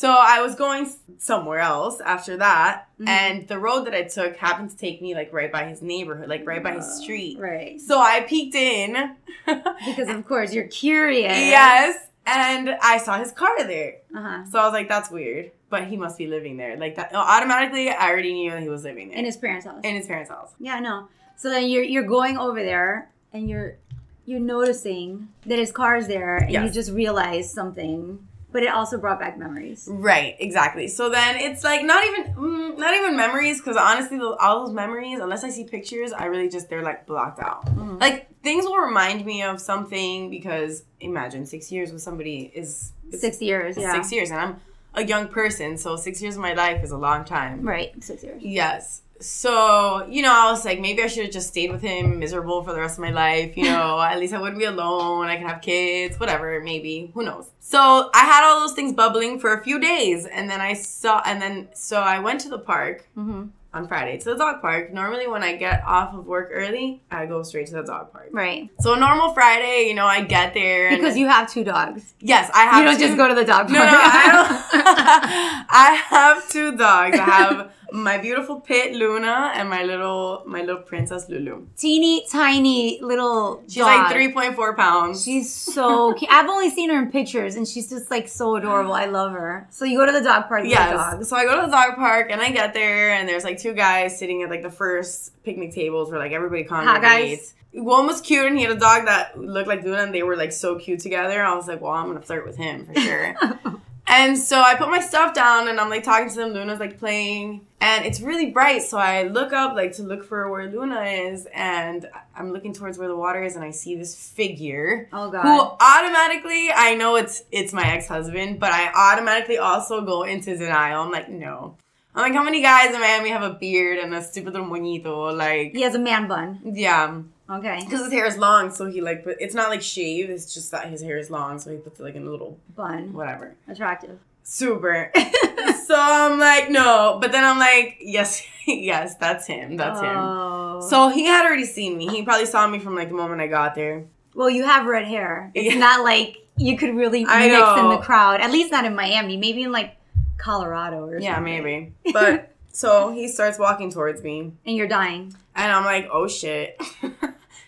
[SPEAKER 2] So I was going s- somewhere else after that,
[SPEAKER 1] Mhm.
[SPEAKER 2] and the road that I took happened to take me like right by his neighborhood, like right by his street.
[SPEAKER 1] Right.
[SPEAKER 2] So I peeked in.
[SPEAKER 1] Because of course you're curious.
[SPEAKER 2] yes, and I saw his car there.
[SPEAKER 1] Uh huh.
[SPEAKER 2] So I was like, "That's weird," but he must be living there. Like that automatically, I already knew that he was living there
[SPEAKER 1] In his parents' house.
[SPEAKER 2] in his parents' house.
[SPEAKER 1] Yeah, I know. So then you're you're going over there and you're you're noticing that his car's there and you
[SPEAKER 2] Yes.
[SPEAKER 1] just realize something. But it also brought back memories.
[SPEAKER 2] Right, exactly. So then it's like not even mm, not even memories because honestly, tho- all those memories, unless I see pictures, I really just they're like blocked out.
[SPEAKER 1] Mhm.
[SPEAKER 2] Like things will remind me of something because imagine six years with somebody is is
[SPEAKER 1] Six years, yeah.
[SPEAKER 2] six years, and I'm a young person, so six years of my life is a long time.
[SPEAKER 1] Right, six years.
[SPEAKER 2] Yes. So, you know, I was like, maybe I should have just stayed with him miserable for the rest of my life. You know, at least I wouldn't be alone. I could have kids, whatever, maybe. Who knows? So I had all those things bubbling for a few days. And then I saw, and then, so I went to the park
[SPEAKER 1] Mm-hmm.
[SPEAKER 2] on Friday to the dog park. Normally, when I get off of work early, I go straight to the dog park.
[SPEAKER 1] Right.
[SPEAKER 2] So, a normal Friday, you know, I get there. And
[SPEAKER 1] Because you have two dogs.
[SPEAKER 2] yes, I have
[SPEAKER 1] You don't
[SPEAKER 2] to-
[SPEAKER 1] just go to the dog park.
[SPEAKER 2] no, no, I don't. I have two dogs. I have my beautiful pit Luna and my little my little princess Lulu.
[SPEAKER 1] Teeny tiny little
[SPEAKER 2] She's
[SPEAKER 1] dog.
[SPEAKER 2] like three point four pounds.
[SPEAKER 1] She's so cute. I've only seen her in pictures, and she's just like so adorable. I love her. So you go to the dog park with
[SPEAKER 2] yes.
[SPEAKER 1] the dogs.
[SPEAKER 2] So I go to the dog park and I get there and there's like two guys sitting at like the first picnic tables where like everybody
[SPEAKER 1] guys?
[SPEAKER 2] congregates. One was cute and he had a dog that looked like Luna and they were like so cute together. I was like, well, I'm gonna flirt with him for sure. And so I put my stuff down and I'm like talking to them. Luna's like playing and it's really bright. So I look up like to look for where Luna is and I'm looking towards where the water is and I see this figure
[SPEAKER 1] Oh
[SPEAKER 2] who
[SPEAKER 1] god.
[SPEAKER 2] automatically I know it's it's my ex-husband, but I automatically also go into denial. I'm like, no. I'm like, how many guys in Miami have a beard and a stupid little moñito? Like,
[SPEAKER 1] He has a man bun.
[SPEAKER 2] yeah.
[SPEAKER 1] Okay.
[SPEAKER 2] Because his hair is long, so he like, but it's not like shaved. It's just that his hair is long, so he puts it like in a little
[SPEAKER 1] Bun.
[SPEAKER 2] whatever.
[SPEAKER 1] Attractive.
[SPEAKER 2] Super. so I'm like, no. But then I'm like, yes, yes, that's him. That's him.
[SPEAKER 1] oh.
[SPEAKER 2] So he had already seen me. He probably saw me from like the moment I got there.
[SPEAKER 1] Well, you have red hair. It's
[SPEAKER 2] Yeah.
[SPEAKER 1] not like you could really
[SPEAKER 2] I
[SPEAKER 1] mix in
[SPEAKER 2] know.
[SPEAKER 1] the crowd. At least not in Miami. Maybe in like Colorado or
[SPEAKER 2] Yeah,
[SPEAKER 1] something.
[SPEAKER 2] maybe. But so he starts walking towards me.
[SPEAKER 1] And you're dying.
[SPEAKER 2] And I'm like, oh shit.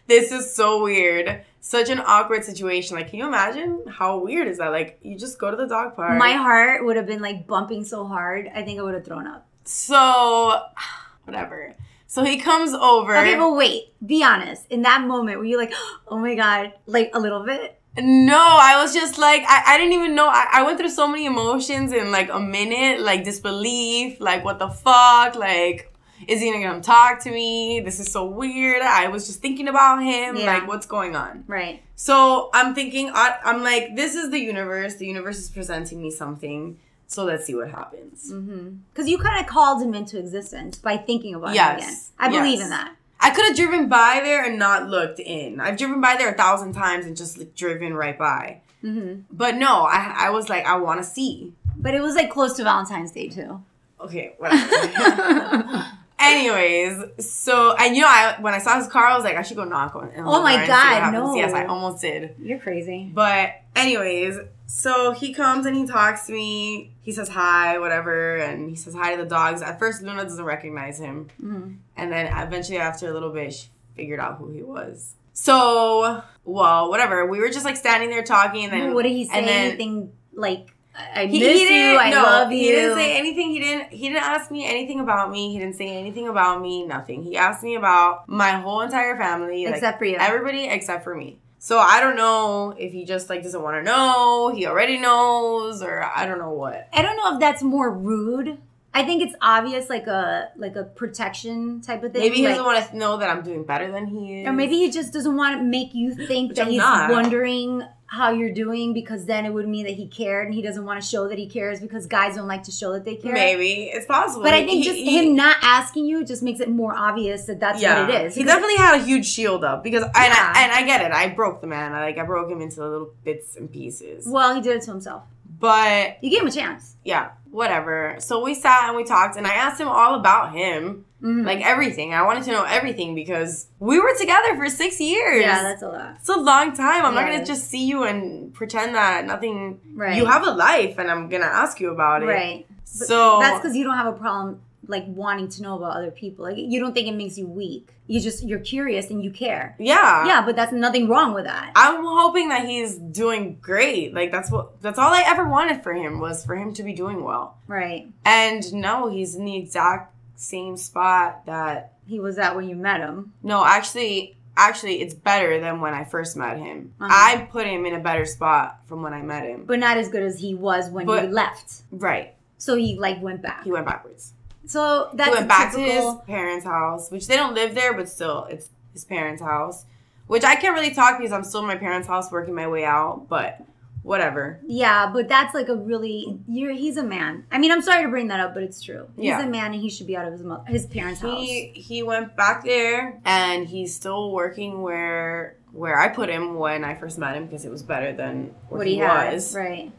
[SPEAKER 2] this is so weird. Such an awkward situation. Like, can you imagine how weird is that? Like, you just go to the dog park.
[SPEAKER 1] My heart would have been like bumping so hard. I think I would have thrown up.
[SPEAKER 2] so, whatever. So he comes over.
[SPEAKER 1] Okay, but wait. Be honest. In that moment, were you like, oh my god, like a little bit?
[SPEAKER 2] No, I was just like, I, I didn't even know. I, I went through so many emotions in like a minute, like disbelief, like what the fuck, like is he even gonna talk to me? This is so weird. I was just thinking about him,
[SPEAKER 1] Yeah.
[SPEAKER 2] like what's going on.
[SPEAKER 1] Right.
[SPEAKER 2] So I'm thinking, I, I'm like, this is the universe. The universe is presenting me something. So let's see what happens.
[SPEAKER 1] Because Mm-hmm. you kind of called him into existence by thinking about him
[SPEAKER 2] Yes.
[SPEAKER 1] again. I believe
[SPEAKER 2] Yes.
[SPEAKER 1] in that.
[SPEAKER 2] I could have driven by there and not looked in. I've driven by there a thousand times and just like, driven right by.
[SPEAKER 1] Mhm.
[SPEAKER 2] But no, I, I was like, I want to see.
[SPEAKER 1] But it was like close to Valentine's Day too.
[SPEAKER 2] Okay, whatever. Anyways, so and you know, I when I saw his car, I was like, I should go knock on. him
[SPEAKER 1] Oh my
[SPEAKER 2] and see what
[SPEAKER 1] God,
[SPEAKER 2] happens.
[SPEAKER 1] no.
[SPEAKER 2] Yes, I almost did.
[SPEAKER 1] You're crazy.
[SPEAKER 2] But anyways, so he comes and he talks to me. He says hi, whatever, and he says hi to the dogs. At first, Luna doesn't recognize him,
[SPEAKER 1] Mhm.
[SPEAKER 2] and then eventually, after a little bit, she figured out who he was. So, well, whatever. We were just like standing there talking, and then
[SPEAKER 1] what did he say?
[SPEAKER 2] and then-
[SPEAKER 1] Anything like I I
[SPEAKER 2] He-
[SPEAKER 1] miss
[SPEAKER 2] he didn't-
[SPEAKER 1] you, I
[SPEAKER 2] no,
[SPEAKER 1] love you.
[SPEAKER 2] He didn't say anything. He didn't. He didn't ask me anything about me. He didn't say anything about me. Nothing. He asked me about my whole entire family, like,
[SPEAKER 1] Except for you.
[SPEAKER 2] everybody except for me. So I don't know if he just like doesn't want to know. He already knows, or I don't know what.
[SPEAKER 1] I don't know if that's more rude. I think it's obvious, like a like a protection type of thing.
[SPEAKER 2] Maybe he
[SPEAKER 1] like-
[SPEAKER 2] doesn't want to know that I'm doing better than he is.
[SPEAKER 1] or maybe he just doesn't want to make you think
[SPEAKER 2] Which
[SPEAKER 1] that
[SPEAKER 2] I'm
[SPEAKER 1] he's
[SPEAKER 2] not.
[SPEAKER 1] wondering how you're doing because then it would mean that he cared and he doesn't want to show that he cares because guys don't like to show that they care.
[SPEAKER 2] maybe it's possible.
[SPEAKER 1] But I think
[SPEAKER 2] He-
[SPEAKER 1] just
[SPEAKER 2] he-
[SPEAKER 1] him not asking you just makes it more obvious that that's
[SPEAKER 2] yeah,
[SPEAKER 1] what it is.
[SPEAKER 2] He
[SPEAKER 1] Because-
[SPEAKER 2] definitely had a huge shield up because, and,
[SPEAKER 1] Yeah.
[SPEAKER 2] I, and I get it. I broke the man. I like I broke him into little bits and pieces.
[SPEAKER 1] well, he did it to himself.
[SPEAKER 2] But
[SPEAKER 1] You gave him a chance.
[SPEAKER 2] yeah, whatever. So we sat and we talked, and I asked him all about him,
[SPEAKER 1] Mhm.
[SPEAKER 2] like everything. I wanted to know everything because we were together for six years.
[SPEAKER 1] yeah, that's a lot.
[SPEAKER 2] it's a long time. I'm not
[SPEAKER 1] Yeah.
[SPEAKER 2] gonna just see you and pretend that nothing.
[SPEAKER 1] Right.
[SPEAKER 2] You have a life, and I'm gonna ask you about it.
[SPEAKER 1] right. But
[SPEAKER 2] So
[SPEAKER 1] that's because you don't have a problem like wanting to know about other people. Like you don't think it makes you weak. You just you're curious and you care.
[SPEAKER 2] yeah,
[SPEAKER 1] yeah, but that's nothing wrong with that.
[SPEAKER 2] I'm hoping that he's doing great. Like that's what that's all I ever wanted for him was for him to be doing well.
[SPEAKER 1] Right.
[SPEAKER 2] And no, he's in the exact same spot that
[SPEAKER 1] He was that when you met him.
[SPEAKER 2] no, actually actually it's better than when I first met him.
[SPEAKER 1] Uh-huh.
[SPEAKER 2] I put him in a better spot from when I met him.
[SPEAKER 1] But not as good as he was when he
[SPEAKER 2] But-
[SPEAKER 1] left.
[SPEAKER 2] right.
[SPEAKER 1] So he like went back.
[SPEAKER 2] He went backwards.
[SPEAKER 1] so that's
[SPEAKER 2] he went back
[SPEAKER 1] a typical,
[SPEAKER 2] to his parents' house, which they don't live there, but still it's his parents' house. Which I can't really talk because I'm still in my parents' house working my way out, but whatever.
[SPEAKER 1] Yeah, but that's like a really you're he's a man. I mean, I'm sorry to bring that up, but it's true. He's
[SPEAKER 2] Yeah.
[SPEAKER 1] a man and he should be out of his mo- his parents' house.
[SPEAKER 2] He he went back there and he's still working where where I put him when I first met him because it was better than where
[SPEAKER 1] What
[SPEAKER 2] he,
[SPEAKER 1] he, had.
[SPEAKER 2] was.
[SPEAKER 1] Right.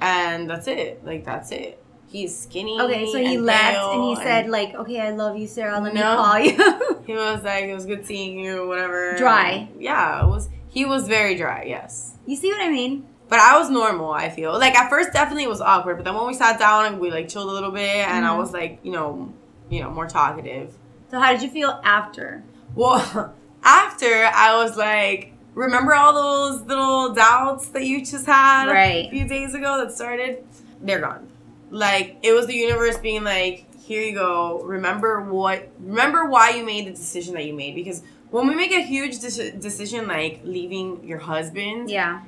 [SPEAKER 2] And that's it. Like that's it. He's skinny.
[SPEAKER 1] Okay, so he
[SPEAKER 2] and
[SPEAKER 1] left
[SPEAKER 2] pale
[SPEAKER 1] and he said like, "Okay, I love you, Sarah. Let
[SPEAKER 2] No.
[SPEAKER 1] me call you."
[SPEAKER 2] he was like it was good seeing you, whatever.
[SPEAKER 1] Dry.
[SPEAKER 2] Yeah, it was he was very dry, yes.
[SPEAKER 1] You see what I mean?
[SPEAKER 2] But I was normal, I feel. Like at first definitely it was awkward, but then when we sat down and we like chilled a little bit and I
[SPEAKER 1] Mhm.
[SPEAKER 2] was like, you know, you know, more talkative.
[SPEAKER 1] So how did you feel after?
[SPEAKER 2] Well, after I was like, remember all those little doubts that you just had
[SPEAKER 1] Right.
[SPEAKER 2] a few days ago that started? They're gone. Like it was the universe being like, here you go. Remember what? Remember why you made the decision that you made because. When we make a huge deci- decision like leaving your husband,
[SPEAKER 1] Yeah.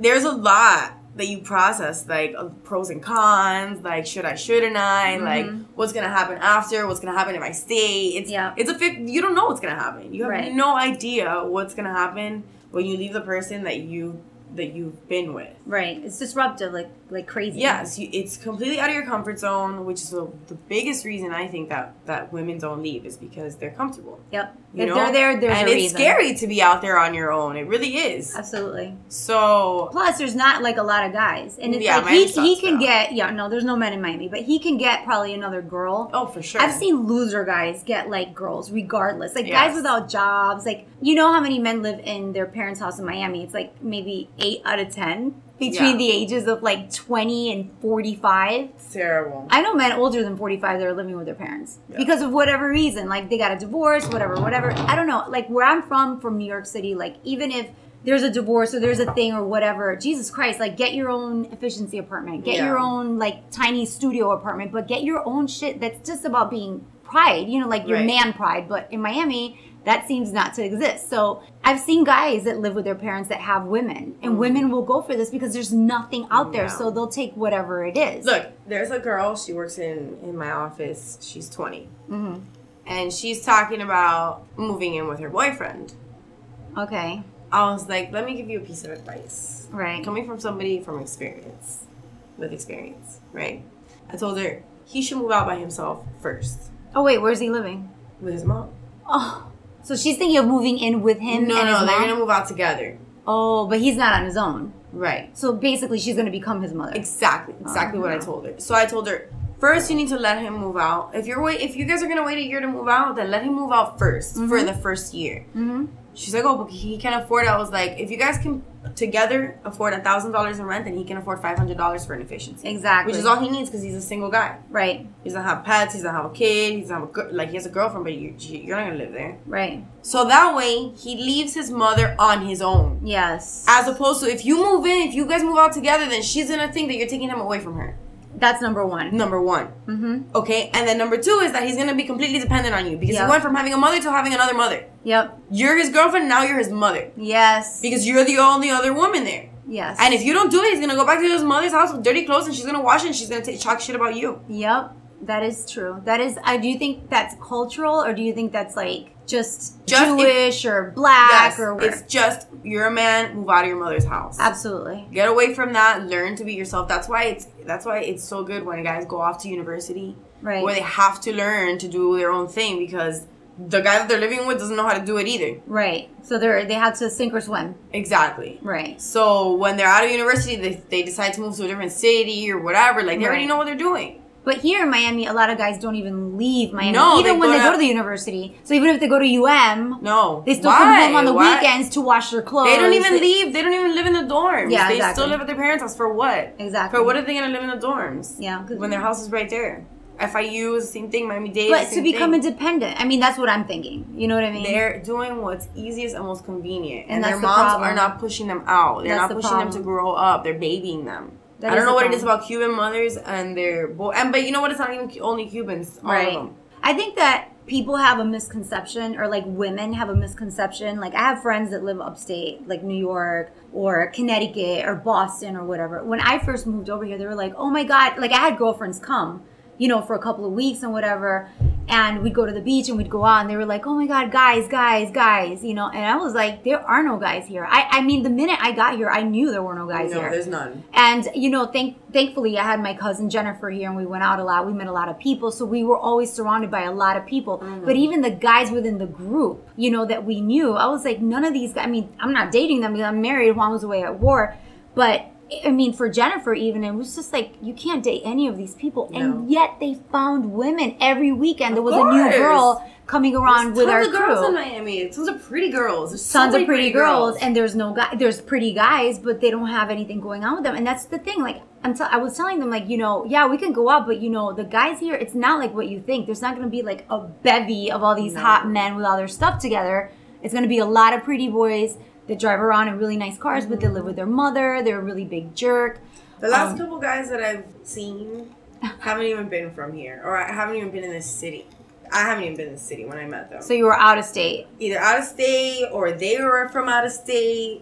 [SPEAKER 2] there's a lot that you process like of pros and cons like should i shouldn't i
[SPEAKER 1] Mhm.
[SPEAKER 2] like what's gonna happen after what's gonna happen if i stay it's
[SPEAKER 1] Yeah.
[SPEAKER 2] it's a fif- you don't know what's gonna happen you have
[SPEAKER 1] Right.
[SPEAKER 2] no idea what's gonna happen when you leave the person that you that you've been with
[SPEAKER 1] Right. It's disruptive, like like crazy.
[SPEAKER 2] yes you, it's completely out of your comfort zone which is the, the biggest reason i think that that women don't leave is because they're comfortable
[SPEAKER 1] Yep.
[SPEAKER 2] You
[SPEAKER 1] if
[SPEAKER 2] know?
[SPEAKER 1] they're there, there's
[SPEAKER 2] and
[SPEAKER 1] a
[SPEAKER 2] it's
[SPEAKER 1] reason.
[SPEAKER 2] scary to be out there on your own it really is
[SPEAKER 1] Absolutely.
[SPEAKER 2] so
[SPEAKER 1] Plus, there's not like a lot of guys, and it's
[SPEAKER 2] Yeah,
[SPEAKER 1] like he,
[SPEAKER 2] Miami
[SPEAKER 1] he
[SPEAKER 2] sucks
[SPEAKER 1] can
[SPEAKER 2] now.
[SPEAKER 1] get yeah no there's no men in Miami, but he can get probably another girl.
[SPEAKER 2] oh for sure
[SPEAKER 1] I've seen loser guys get like girls regardless. Like guys
[SPEAKER 2] Yes.
[SPEAKER 1] without jobs. Like you know how many men live in their parents' house in Miami? It's like maybe 8 out of 10 between
[SPEAKER 2] Yeah.
[SPEAKER 1] the ages of like 20 and 45.
[SPEAKER 2] it's terrible
[SPEAKER 1] I know men older than 45 that are living with their parents
[SPEAKER 2] Yeah.
[SPEAKER 1] because of whatever reason. Like they got a divorce, whatever, whatever. I don't know. Like where I'm from, from New York City, like even if there's a divorce or there's a thing or whatever, Jesus Christ, like get your own efficiency apartment, get your
[SPEAKER 2] Yeah.
[SPEAKER 1] own like tiny studio apartment, but get your own shit that's just about being pride, you know, like your
[SPEAKER 2] Right.
[SPEAKER 1] man pride. But in Miami, that seems not to exist. So I've seen guys that live with their parents that have women, and
[SPEAKER 2] Mhm.
[SPEAKER 1] women will go for this because there's nothing out there.
[SPEAKER 2] Yeah.
[SPEAKER 1] So they'll take whatever it is.
[SPEAKER 2] Look, there's a girl. She works in in my office. She's 20,
[SPEAKER 1] Mhm.
[SPEAKER 2] and she's talking about moving in with her boyfriend.
[SPEAKER 1] Okay.
[SPEAKER 2] I was like, let me give you a piece of advice.
[SPEAKER 1] Right.
[SPEAKER 2] Coming from somebody from experience, with experience, right? I told her he should move out by himself first
[SPEAKER 1] Oh wait, where's he living?
[SPEAKER 2] with his mom.
[SPEAKER 1] Oh, so she's thinking of moving in with him.
[SPEAKER 2] no,
[SPEAKER 1] and
[SPEAKER 2] no,
[SPEAKER 1] his
[SPEAKER 2] they're
[SPEAKER 1] mom?
[SPEAKER 2] gonna move out together.
[SPEAKER 1] Oh, but he's not on his own.
[SPEAKER 2] Right.
[SPEAKER 1] So basically, she's gonna become his mother.
[SPEAKER 2] Exactly, exactly what I told her. So I told her first you need to let him move out. If you're wait, if you guys are gonna wait a year to move out, then let him move out 1st for the first year.
[SPEAKER 1] Mhm.
[SPEAKER 2] She's like, oh, but he can afford. it. I was like, if you guys can together afford a thousand dollars in rent, then he can afford five hundred dollars for an efficiency,
[SPEAKER 1] Exactly.
[SPEAKER 2] which is all he needs because he's a single guy.
[SPEAKER 1] Right.
[SPEAKER 2] He doesn't have pets. He doesn't have a kid. He doesn't have a gir- like he has a girlfriend, but you, you're not gonna live there.
[SPEAKER 1] Right.
[SPEAKER 2] So that way he leaves his mother on his own.
[SPEAKER 1] Yes.
[SPEAKER 2] As opposed to if you move in, if you guys move out together, then she's gonna think that you're taking him away from her.
[SPEAKER 1] That's number one.
[SPEAKER 2] Number one.
[SPEAKER 1] Mm-hmm.
[SPEAKER 2] Okay, and then number two is that he's gonna be completely dependent on you because
[SPEAKER 1] Yeah.
[SPEAKER 2] he went from having a mother to having another mother.
[SPEAKER 1] Yep.
[SPEAKER 2] You're his girlfriend, now you're his mother.
[SPEAKER 1] Yes.
[SPEAKER 2] Because you're the only other woman there.
[SPEAKER 1] yes.
[SPEAKER 2] And if you don't do it, he's gonna go back to his mother's house with dirty clothes and she's gonna wash it and she's gonna t- talk shit about you.
[SPEAKER 1] Yep. That is true. That is. I do you think that's cultural, or do you think that's like just,
[SPEAKER 2] Just if-
[SPEAKER 1] Jewish or black
[SPEAKER 2] Yes,
[SPEAKER 1] or
[SPEAKER 2] it's just you're a man, move out of your mother's house.
[SPEAKER 1] absolutely
[SPEAKER 2] Get away from that, learn to be yourself. That's why it's that's why it's so good when guys go off to university
[SPEAKER 1] right?
[SPEAKER 2] where they have to learn to do their own thing because the guy that they're living with doesn't know how to do it either.
[SPEAKER 1] Right. So they're they had to sink or swim.
[SPEAKER 2] Exactly.
[SPEAKER 1] Right.
[SPEAKER 2] So when they're out of university, they, they decide to move to a different city or whatever. Like they already
[SPEAKER 1] Right.
[SPEAKER 2] know what they're doing.
[SPEAKER 1] But here in Miami, a lot of guys don't even leave Miami,
[SPEAKER 2] No,
[SPEAKER 1] even
[SPEAKER 2] they
[SPEAKER 1] when
[SPEAKER 2] go
[SPEAKER 1] they
[SPEAKER 2] to-
[SPEAKER 1] go to the university. So even if they go to UM,
[SPEAKER 2] No,
[SPEAKER 1] they still
[SPEAKER 2] Why?
[SPEAKER 1] come home on the
[SPEAKER 2] Why?
[SPEAKER 1] weekends to wash their clothes.
[SPEAKER 2] They don't even leave. They don't even live in the dorms.
[SPEAKER 1] Yeah,
[SPEAKER 2] they
[SPEAKER 1] exactly.
[SPEAKER 2] still live at their parents' house for what?
[SPEAKER 1] Exactly.
[SPEAKER 2] For what are they gonna live in the dorms?
[SPEAKER 1] Yeah. 'cause-
[SPEAKER 2] When their house is right there. FIU is the same thing. Miami Dade.
[SPEAKER 1] but to
[SPEAKER 2] same
[SPEAKER 1] become
[SPEAKER 2] thing.
[SPEAKER 1] independent, I mean, that's what I'm thinking. You know what I mean?
[SPEAKER 2] They're doing what's easiest and most convenient, and,
[SPEAKER 1] And
[SPEAKER 2] their
[SPEAKER 1] that's the
[SPEAKER 2] moms
[SPEAKER 1] problem.
[SPEAKER 2] are not pushing them out. They're
[SPEAKER 1] That's
[SPEAKER 2] not
[SPEAKER 1] the
[SPEAKER 2] pushing them to
[SPEAKER 1] problem.
[SPEAKER 2] grow up. They're babying them.
[SPEAKER 1] That
[SPEAKER 2] I
[SPEAKER 1] is
[SPEAKER 2] don't know
[SPEAKER 1] the
[SPEAKER 2] what it is
[SPEAKER 1] problem.
[SPEAKER 2] about Cuban mothers and their boy. And but you know what? It's not even cu- only Cubans. All
[SPEAKER 1] right.
[SPEAKER 2] of them.
[SPEAKER 1] I think that people have a misconception, or like women have a misconception. Like I have friends that live upstate, like New York or Connecticut or Boston or whatever. When I first moved over here, they were like, "Oh my god!" Like I had girlfriends come, you know, for a couple of weeks and whatever, and we'd go to the beach and we'd go out, and they were like, "Oh my god, guys, guys, guys," you know. And I was like, "There are no guys here." I, I mean, the minute I got here, I knew there were no guys
[SPEAKER 2] No,
[SPEAKER 1] here.
[SPEAKER 2] there's none.
[SPEAKER 1] And you know, thank thankfully, I had my cousin Jennifer here, and we went out a lot. We met a lot of people, so we were always surrounded by a lot of people.
[SPEAKER 2] Mm-hmm.
[SPEAKER 1] But even the guys within the group, you know, that we knew, I was like, none of these. guys, I mean, I'm not dating them because I'm married. Juan was away at war, but I mean, for Jennifer, even it was just like you can't date any of these people, and yet they found women every weekend. there was a new
[SPEAKER 2] course.
[SPEAKER 1] girl coming around
[SPEAKER 2] There's
[SPEAKER 1] with our
[SPEAKER 2] tons of girls
[SPEAKER 1] crew
[SPEAKER 2] in Miami. Tons of pretty girls. There's so
[SPEAKER 1] tons
[SPEAKER 2] many
[SPEAKER 1] of pretty, girls, and there's no guy there's pretty guys but they don't have anything going on with them and that's the thing like I'm t- i was telling them like you know yeah we can go out but you know the guys here it's not like what you think there's not going to be like a bevy of all these
[SPEAKER 2] No.
[SPEAKER 1] hot men with all their stuff together it's going to be a lot of pretty boys that drive around in really nice cars but they live with their mother they're a really big jerk
[SPEAKER 2] The last
[SPEAKER 1] Um,
[SPEAKER 2] couple guys that I've seen haven't even been from here, or I haven't even been in this city. I haven't even been in the city when I met them.
[SPEAKER 1] so you were out of state
[SPEAKER 2] Either out of state or they were from out of state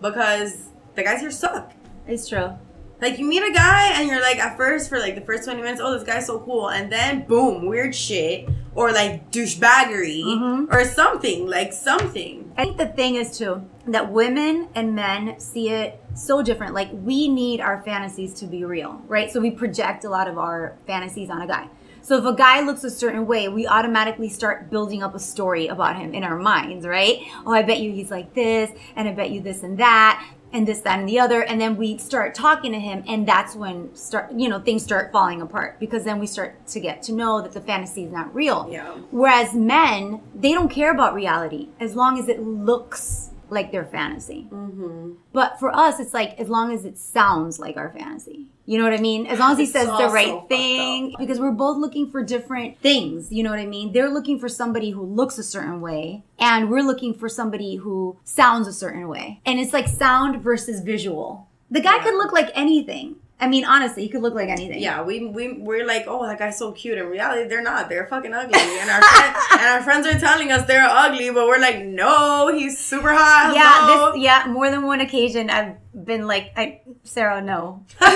[SPEAKER 2] because the guys here suck.
[SPEAKER 1] it's true
[SPEAKER 2] Like you meet a guy and you're like at first for like the first 20 minutes, oh this guy's so cool, and then boom, weird shit or like douchebaggery
[SPEAKER 1] Mhm.
[SPEAKER 2] or something, like something.
[SPEAKER 1] I think the thing is too that women and men see it so different. Like we need our fantasies to be real, right? So we project a lot of our fantasies on a guy. So if a guy looks a certain way, we automatically start building up a story about him in our minds, right? Oh, I bet you he's like this, and I bet you this and that, and this, that, and the other, and then we start talking to him, and that's when start you know things start falling apart because then we start to get to know that the fantasy is not real.
[SPEAKER 2] Yeah.
[SPEAKER 1] Whereas men, they don't care about reality as long as it looks like their fantasy.
[SPEAKER 2] Mm-hmm.
[SPEAKER 1] But for us, it's like as long as it sounds like our fantasy. You know what I mean? As long as he
[SPEAKER 2] It's
[SPEAKER 1] says
[SPEAKER 2] all
[SPEAKER 1] the
[SPEAKER 2] so
[SPEAKER 1] right
[SPEAKER 2] fucked up.
[SPEAKER 1] thing, because we're both looking for different things. You know what I mean? They're looking for somebody who looks a certain way, and we're looking for somebody who sounds a certain way. And it's like sound versus visual. The guy could look like anything. I mean, honestly, he could look like anything.
[SPEAKER 2] Yeah, we, we we're like, oh, that guy's so cute. In reality, they're not. They're fucking ugly. And our friend, and our friends are telling us they're ugly, but we're like, no, he's super hot.
[SPEAKER 1] Yeah,
[SPEAKER 2] hello.
[SPEAKER 1] this, yeah. More than one occasion, I've been like, I, Sarah, no.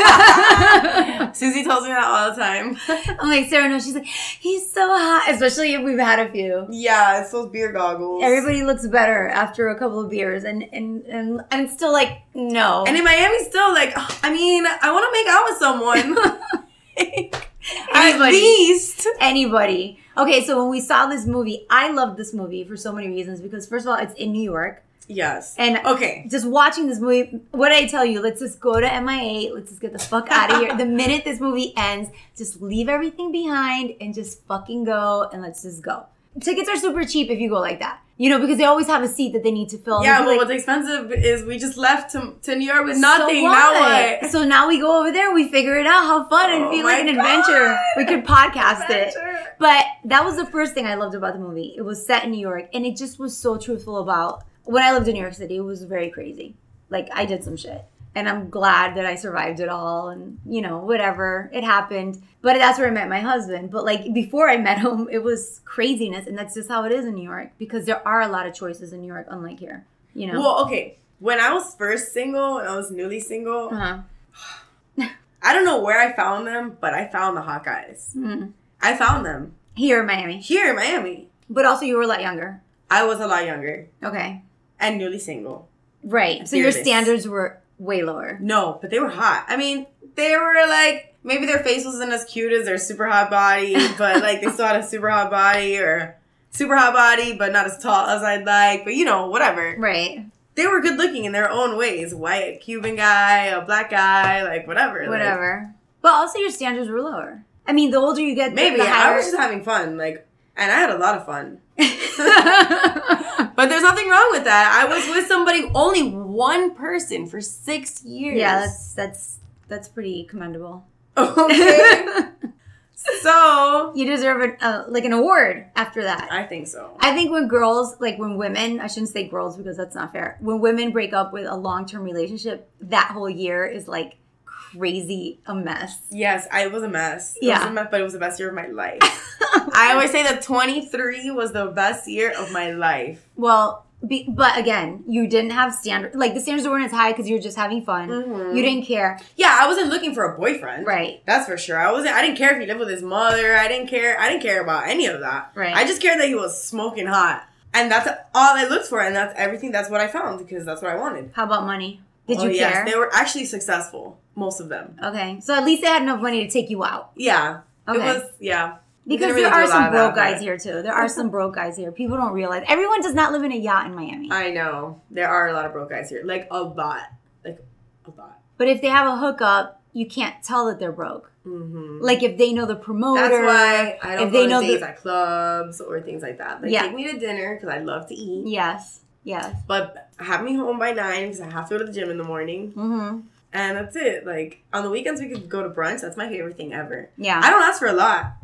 [SPEAKER 2] Susie tells me that all the time.
[SPEAKER 1] I'm like, Sarah, no. She's like, he's so hot, especially if we've had a few.
[SPEAKER 2] yeah, it's those beer goggles.
[SPEAKER 1] Everybody looks better after a couple of beers, and and and I'm still like, no.
[SPEAKER 2] and in Miami, still like, ugh, I mean, I want to make out with someone. At
[SPEAKER 1] Anybody.
[SPEAKER 2] least.
[SPEAKER 1] anybody. Okay, so when we saw this movie, I loved this movie for so many reasons because first of all, it's in New York,
[SPEAKER 2] Yes.
[SPEAKER 1] and
[SPEAKER 2] okay.
[SPEAKER 1] just watching this movie, what did I tell you? Let's just go to MIA. Let's just get the fuck out of here. the minute this movie ends, just leave everything behind and just fucking go and let's just go. Tickets are super cheap if you go like that. You know, because they always have a seat that they need to fill. They'd
[SPEAKER 2] Yeah,
[SPEAKER 1] be
[SPEAKER 2] but
[SPEAKER 1] like,
[SPEAKER 2] what's expensive is we just left to, to New York with
[SPEAKER 1] "So
[SPEAKER 2] nothing. Now what?
[SPEAKER 1] So now we go over there, we figure it out, have fun, and
[SPEAKER 2] Oh
[SPEAKER 1] feel like an
[SPEAKER 2] my
[SPEAKER 1] adventure.
[SPEAKER 2] God.
[SPEAKER 1] We could podcast it.
[SPEAKER 2] Adventure.
[SPEAKER 1] But that was the first thing I loved about the movie. It was set in New York, and it just was so truthful about when I lived in New York City. It was very crazy. Like I did some shit, and I'm glad that I survived it all. And you know, whatever it happened. But that's where I met my husband. But like before I met him, it was craziness, and that's just how it is in New York because there are a lot of choices in New York, unlike here. You know.
[SPEAKER 2] Well, okay. When I was first single, when I was newly single,
[SPEAKER 1] uh-huh.
[SPEAKER 2] I don't know where I found them, but I found the hot guys.
[SPEAKER 1] Mm.
[SPEAKER 2] I found them
[SPEAKER 1] Here in Miami,
[SPEAKER 2] here in Miami.
[SPEAKER 1] but also you were a lot younger.
[SPEAKER 2] I was a lot younger
[SPEAKER 1] Okay,
[SPEAKER 2] and newly single.
[SPEAKER 1] right. So your
[SPEAKER 2] Fearless.
[SPEAKER 1] standards were way lower.
[SPEAKER 2] No, but they were hot. I mean, they were like maybe their face wasn't as cute as their super hot body, but like they still had a super hot body or super hot body, but not as tall as I'd like. But you know, whatever.
[SPEAKER 1] Right.
[SPEAKER 2] They were good looking in their own ways. White, Cuban guy, a black guy, like whatever. like,
[SPEAKER 1] Whatever. But also your standards were lower. I mean, the older you get, the-
[SPEAKER 2] maybe
[SPEAKER 1] the
[SPEAKER 2] I
[SPEAKER 1] higher.
[SPEAKER 2] was just having fun, like, and I had a lot of fun. But there's nothing wrong with that. I was with somebody, only one person, for six years.
[SPEAKER 1] yeah, that's that's that's pretty commendable.
[SPEAKER 2] okay. so
[SPEAKER 1] you deserve an, uh, like an award after that.
[SPEAKER 2] I think so.
[SPEAKER 1] I think when girls, like when women, I shouldn't say girls because that's not fair. When women break up with a long term relationship, that whole year is like crazy a mess.
[SPEAKER 2] Yes, I was a mess. It was
[SPEAKER 1] Yeah.
[SPEAKER 2] a mess, but it was the best year of my life. I always say that 23 was the best year of my life.
[SPEAKER 1] Well, be, but again, you didn't have standard like the standards weren't as high because you were just having fun.
[SPEAKER 2] Mhm.
[SPEAKER 1] You didn't care,
[SPEAKER 2] Yeah, I wasn't looking for a boyfriend.
[SPEAKER 1] right?
[SPEAKER 2] That's for sure. I wasn't. I didn't care if he lived with his mother. I didn't care. I didn't care about any of that.
[SPEAKER 1] Right.
[SPEAKER 2] I just cared that he was smoking hot, and that's all I looked for, and that's everything. That's what I found because that's what I wanted.
[SPEAKER 1] How about money? Did
[SPEAKER 2] Oh,
[SPEAKER 1] you
[SPEAKER 2] yes,
[SPEAKER 1] care?
[SPEAKER 2] They were actually successful, most of them.
[SPEAKER 1] okay, so at least they had enough money to take you out.
[SPEAKER 2] Yeah.
[SPEAKER 1] Okay.
[SPEAKER 2] It was yeah. We
[SPEAKER 1] Because there
[SPEAKER 2] didn't really do
[SPEAKER 1] are
[SPEAKER 2] a lot
[SPEAKER 1] some
[SPEAKER 2] of that,
[SPEAKER 1] broke guys
[SPEAKER 2] but-
[SPEAKER 1] here too. There are some broke guys here. People don't realize everyone does not live in a yacht in Miami.
[SPEAKER 2] I know. There are a lot of broke guys here. Like a lot. Like a lot.
[SPEAKER 1] But if they have a hookup, you can't tell that they're broke.
[SPEAKER 2] Mm-hmm.
[SPEAKER 1] Like if they know the promoter,
[SPEAKER 2] That's why I don't
[SPEAKER 1] if they
[SPEAKER 2] go
[SPEAKER 1] know
[SPEAKER 2] to dates
[SPEAKER 1] the-
[SPEAKER 2] at clubs or things like that. Like
[SPEAKER 1] Yeah.
[SPEAKER 2] take me to dinner because I love to eat,
[SPEAKER 1] Yes, yes.
[SPEAKER 2] but have me home by nine because I have to go to the gym in the morning,
[SPEAKER 1] hmm
[SPEAKER 2] and that's it. Like on the weekends we could go to brunch. That's my favorite thing ever.
[SPEAKER 1] Yeah,
[SPEAKER 2] I don't ask for a lot.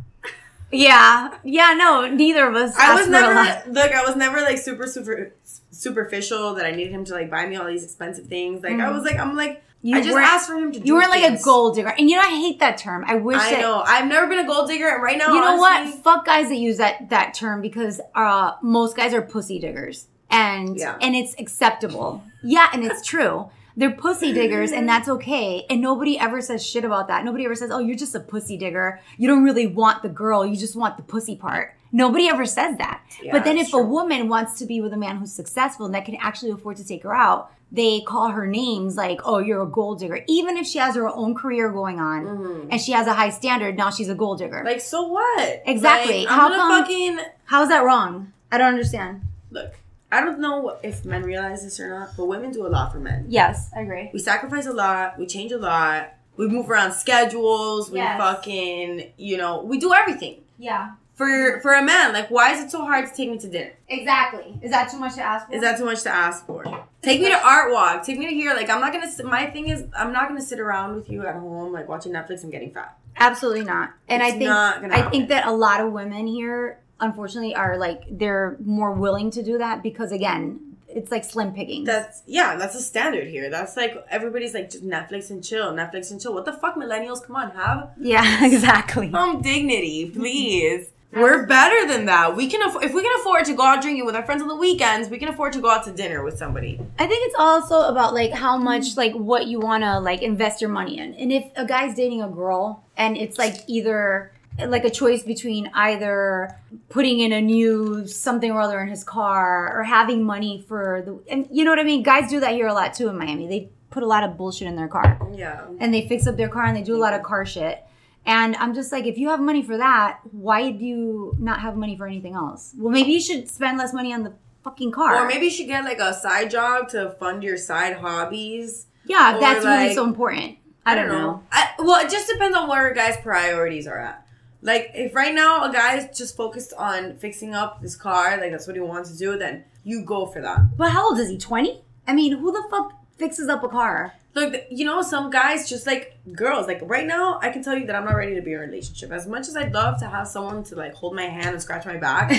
[SPEAKER 1] yeah, yeah. No, neither of us.
[SPEAKER 2] I
[SPEAKER 1] asked
[SPEAKER 2] was
[SPEAKER 1] for
[SPEAKER 2] never
[SPEAKER 1] a lot.
[SPEAKER 2] look. I was never like super super superficial that I needed him to like buy me all these expensive things. Like I
[SPEAKER 1] Mhm.
[SPEAKER 2] was like I'm like
[SPEAKER 1] You
[SPEAKER 2] I just
[SPEAKER 1] were,
[SPEAKER 2] asked for him to.
[SPEAKER 1] you
[SPEAKER 2] do
[SPEAKER 1] were like a
[SPEAKER 2] things.
[SPEAKER 1] gold digger, and you know I hate that term. I wish
[SPEAKER 2] I
[SPEAKER 1] that
[SPEAKER 2] know. I've never been a gold digger, and right now,
[SPEAKER 1] you know
[SPEAKER 2] honestly-
[SPEAKER 1] what? Fuck guys that use that that term because uh, most guys are pussy diggers, and
[SPEAKER 2] Yeah.
[SPEAKER 1] and it's acceptable. Yeah, and it's true. They're pussy diggers, and that's okay. And nobody ever says shit about that. Nobody ever says, "Oh, you're just a pussy digger. You don't really want the girl. You just want the pussy part." Nobody ever says that.
[SPEAKER 2] Yeah,
[SPEAKER 1] but then,
[SPEAKER 2] that's
[SPEAKER 1] if
[SPEAKER 2] true.
[SPEAKER 1] a woman wants to be with a man who's successful and that can actually afford to take her out, they call her names like, "Oh, you're a gold digger," even if she has her own career going on
[SPEAKER 2] Mm-hmm.
[SPEAKER 1] and she has a high standard. Now she's a gold digger.
[SPEAKER 2] Like, so what?
[SPEAKER 1] Exactly.
[SPEAKER 2] Like, I'm
[SPEAKER 1] How
[SPEAKER 2] gonna
[SPEAKER 1] come-
[SPEAKER 2] fucking
[SPEAKER 1] How is that wrong? I don't understand.
[SPEAKER 2] look. I don't know if men realize this or not, but women do a lot for men.
[SPEAKER 1] Yes, I agree.
[SPEAKER 2] We sacrifice a lot. We change a lot. We move around schedules. We
[SPEAKER 1] Yes.
[SPEAKER 2] fucking, you know, we do everything
[SPEAKER 1] Yeah,
[SPEAKER 2] for for a man. Like, why is it so hard to take me to dinner?
[SPEAKER 1] exactly. Is that too much to ask for?
[SPEAKER 2] Is that too much to ask for? Take me to art walk. Take me to here. Like, I'm not gonna. sit- My thing is, I'm not gonna sit around with you at home, like watching Netflix and getting fat.
[SPEAKER 1] absolutely not? And
[SPEAKER 2] It's
[SPEAKER 1] I think
[SPEAKER 2] not gonna
[SPEAKER 1] I
[SPEAKER 2] happen.
[SPEAKER 1] think that a lot of women here, unfortunately, are like they're more willing to do that because again, it's like slim picking.
[SPEAKER 2] That's yeah, that's a standard here. That's like everybody's like just Netflix and chill, Netflix and chill. What the fuck, millennials? Come on, have
[SPEAKER 1] yeah, exactly.
[SPEAKER 2] some dignity, please. We're better than that. We can aff- if we can afford to go out drinking with our friends on the weekends, we can afford to go out to dinner with somebody.
[SPEAKER 1] I think it's also about like how
[SPEAKER 2] Mm-hmm.
[SPEAKER 1] much like what you want to like invest your money in. And if a guy's dating a girl and it's like either like a choice between either putting in a new something or other in his car or having money for the and you know what I mean? Guys do that here a lot too in Miami. They put a lot of bullshit in their car
[SPEAKER 2] Yeah.
[SPEAKER 1] and they fix up their car and they do a lot of car shit. And I'm just like, if you have money for that, why do you not have money for anything else? Well, maybe you should spend less money on the fucking car.
[SPEAKER 2] Or maybe you should get like a side job to fund your side hobbies.
[SPEAKER 1] Yeah,
[SPEAKER 2] Or,
[SPEAKER 1] if that's
[SPEAKER 2] like-
[SPEAKER 1] really so important. I, don't know.
[SPEAKER 2] I, well, it just depends on where a guy's priorities are at. Like, if right now a guy is just focused on fixing up his car, like that's what he wants to do, then you go for that.
[SPEAKER 1] But how old is he? 20? I mean, who the fuck fixes up a car?
[SPEAKER 2] Look, th- you know, some guys just like girls. Like right now, I can tell you that I'm not ready to be in a relationship. As much as I'd love to have someone to like hold my hand and scratch my back,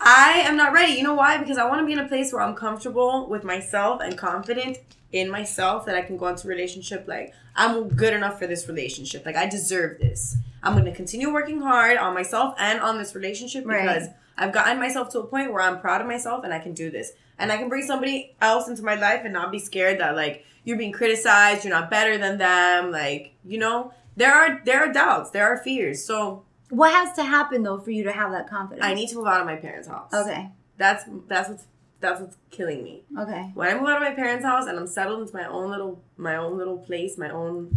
[SPEAKER 2] I am not ready. You know why? Because I want to be in a place where I'm comfortable with myself and confident in myself that I can go into a relationship like I'm good enough for this relationship. Like I deserve this. I'm going to continue working hard on myself and on this relationship
[SPEAKER 1] Right.
[SPEAKER 2] because I've gotten myself to a point where I'm proud of myself and I can do this. And I can bring somebody else into my life and not be scared that like you're being criticized, you're not better than them, like, you know, there are there are doubts, there are fears. So
[SPEAKER 1] what has to happen though for you to have that confidence?
[SPEAKER 2] I need to move out of my parents' house.
[SPEAKER 1] Okay.
[SPEAKER 2] That's that's what's that's what's killing me.
[SPEAKER 1] Okay.
[SPEAKER 2] When I move out of my parents' house and I'm settled into my own little my own little place, my own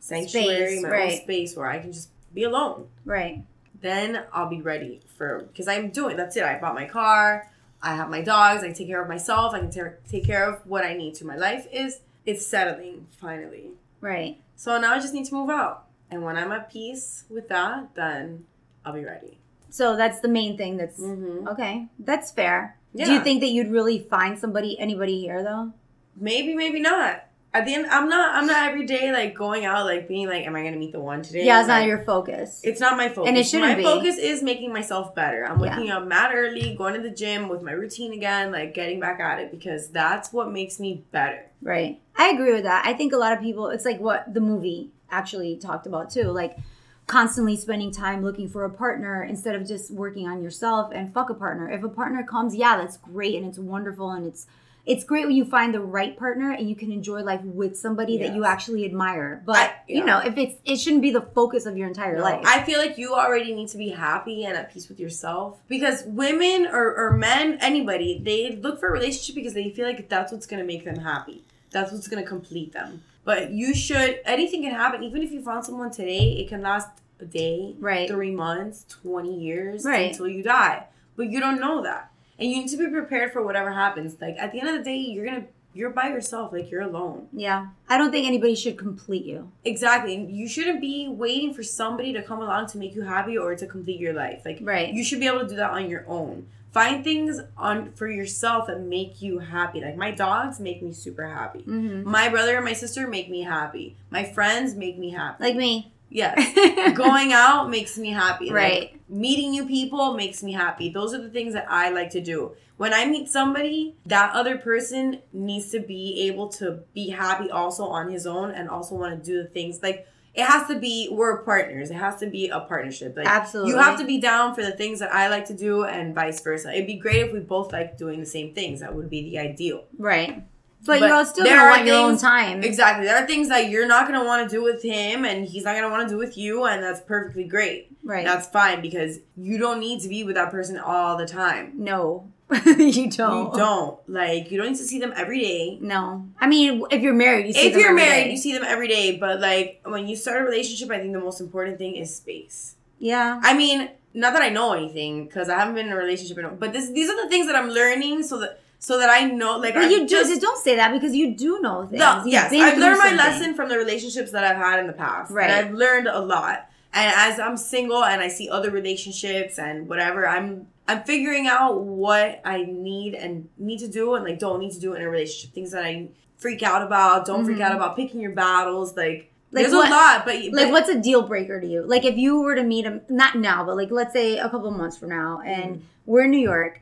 [SPEAKER 2] sanctuary,
[SPEAKER 1] Space,
[SPEAKER 2] my own
[SPEAKER 1] right.
[SPEAKER 2] space where I can just be alone.
[SPEAKER 1] Right.
[SPEAKER 2] Then I'll be ready for because I'm doing. That's it. I bought my car. I have my dogs. I take care of myself. I can ta- take care of what I need to. My life is it's settling finally.
[SPEAKER 1] Right.
[SPEAKER 2] So now I just need to move out. And when I'm at peace with that, then I'll be ready.
[SPEAKER 1] So that's the main thing that's
[SPEAKER 2] Mm-hmm.
[SPEAKER 1] okay. That's fair. Do you
[SPEAKER 2] Yeah.
[SPEAKER 1] think that you'd really find somebody anybody here though?
[SPEAKER 2] Maybe, maybe not. At the end, I'm not. I'm not every day like going out like being like, am I gonna meet the one today?
[SPEAKER 1] Yeah, it's not
[SPEAKER 2] Like,
[SPEAKER 1] your focus.
[SPEAKER 2] It's not my focus.
[SPEAKER 1] And it shouldn't
[SPEAKER 2] my
[SPEAKER 1] be.
[SPEAKER 2] focus is making myself better. I'm
[SPEAKER 1] Yeah.
[SPEAKER 2] waking up mad early, going to the gym with my routine again, like getting back at it because that's what makes me better.
[SPEAKER 1] Right. I agree with that. I think a lot of people, it's like what the movie actually talked about too. Like constantly spending time looking for a partner instead of just working on yourself and fuck a partner. If a partner comes, yeah, that's great and it's wonderful and it's it's great when you find the right partner and you can enjoy life with somebody that you
[SPEAKER 2] Yes.
[SPEAKER 1] actually admire. But
[SPEAKER 2] I-
[SPEAKER 1] you
[SPEAKER 2] yeah.
[SPEAKER 1] know, if it's it shouldn't be the focus of your entire life.
[SPEAKER 2] I feel like you already need to be happy and at peace with yourself because women or, or men, anybody, they look for a relationship because they feel like that's what's going to make them happy. That's what's going to complete them. But you should, anything can happen. Even if you found someone today, it can last a day,
[SPEAKER 1] Right.
[SPEAKER 2] three months, 20 years
[SPEAKER 1] Right.
[SPEAKER 2] until you die. But you don't know that. And you need to be prepared for whatever happens. Like at the end of the day, you're going to, you're by yourself, like you're alone.
[SPEAKER 1] yeah. I don't think anybody should complete you.
[SPEAKER 2] Exactly. And You shouldn't be waiting for somebody to come along to make you happy or to complete your life. Like
[SPEAKER 1] Right.
[SPEAKER 2] you should be able to do that on your own. Find things on for yourself that make you happy. Like my dogs make me super happy.
[SPEAKER 1] Mm-hmm.
[SPEAKER 2] My brother and my sister make me happy. My friends make me happy.
[SPEAKER 1] Like me.
[SPEAKER 2] yes. Going out makes me happy. Like,
[SPEAKER 1] right.
[SPEAKER 2] meeting new people makes me happy. Those are the things that I like to do. When I meet somebody, that other person needs to be able to be happy also on his own and also want to do the things like it has to be we're partners. It has to be a partnership. Like
[SPEAKER 1] Absolutely.
[SPEAKER 2] you have to be down for the things that I like to do and vice versa. It'd be great if we both like doing the same things. That would be the ideal.
[SPEAKER 1] Right. But,
[SPEAKER 2] But
[SPEAKER 1] you're all still
[SPEAKER 2] there
[SPEAKER 1] gonna
[SPEAKER 2] are
[SPEAKER 1] want your own
[SPEAKER 2] things-
[SPEAKER 1] time.
[SPEAKER 2] Exactly. There are things that you're not going to want to do with him and he's not going to want to do with you and that's perfectly great.
[SPEAKER 1] Right.
[SPEAKER 2] That's fine because you don't need to be with that person all the time.
[SPEAKER 1] no. you
[SPEAKER 2] You
[SPEAKER 1] don't.
[SPEAKER 2] don't like you don't need to see them every day.
[SPEAKER 1] No. I mean, if you're married, you see
[SPEAKER 2] if
[SPEAKER 1] them
[SPEAKER 2] you're
[SPEAKER 1] every
[SPEAKER 2] married,
[SPEAKER 1] day.
[SPEAKER 2] you see them every day. But like when you start a relationship, I think the most important thing is space.
[SPEAKER 1] yeah.
[SPEAKER 2] I mean, not that I know anything because I haven't been in a relationship in. a- But this, these are the things that I'm learning so that so that I know. Like
[SPEAKER 1] But
[SPEAKER 2] I'm
[SPEAKER 1] you do, just don't say that because you do know things.
[SPEAKER 2] No,
[SPEAKER 1] You've
[SPEAKER 2] yes,
[SPEAKER 1] been
[SPEAKER 2] I've
[SPEAKER 1] through
[SPEAKER 2] learned my
[SPEAKER 1] something.
[SPEAKER 2] lesson from the relationships that I've had in the past.
[SPEAKER 1] Right.
[SPEAKER 2] And I've learned a lot. And as I'm single and I see other relationships and whatever, I'm I'm figuring out what I need and need to do and like don't need to do in a relationship. Things that I freak out about, don't freak
[SPEAKER 1] Mhm.
[SPEAKER 2] out about, picking your battles, like,
[SPEAKER 1] Like
[SPEAKER 2] there's
[SPEAKER 1] what-
[SPEAKER 2] a lot, but
[SPEAKER 1] Like,
[SPEAKER 2] but-
[SPEAKER 1] what's a deal breaker to you? Like, if you were to meet him, not now, but like, let's say a couple months from now, and we're in New York,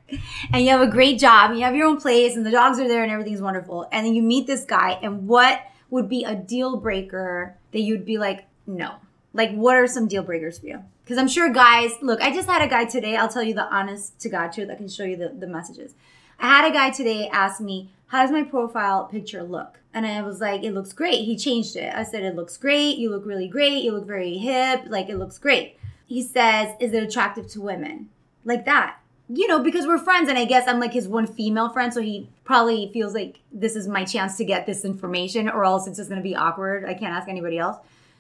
[SPEAKER 1] and you have a great job, and you have your own place, and the dogs are there, and everything's wonderful, and then you meet this guy, and what would be a deal breaker that you'd be like, no? Like, what are some deal breakers for you? Because I'm sure guys, look, I just had a guy today, I'll tell you the honest to God truth, I can show you the, the messages. I had a guy today ask me, How does my profile picture look? And I was like, It looks great. He changed it. I said, It looks great. You look really great. You look very hip. Like, it looks great. He says, Is it attractive to women? Like that. You know, because we're friends, and I guess I'm like his one female friend, so he probably feels like this is my chance to get this information, or else it's just gonna be awkward. I can't ask anybody else.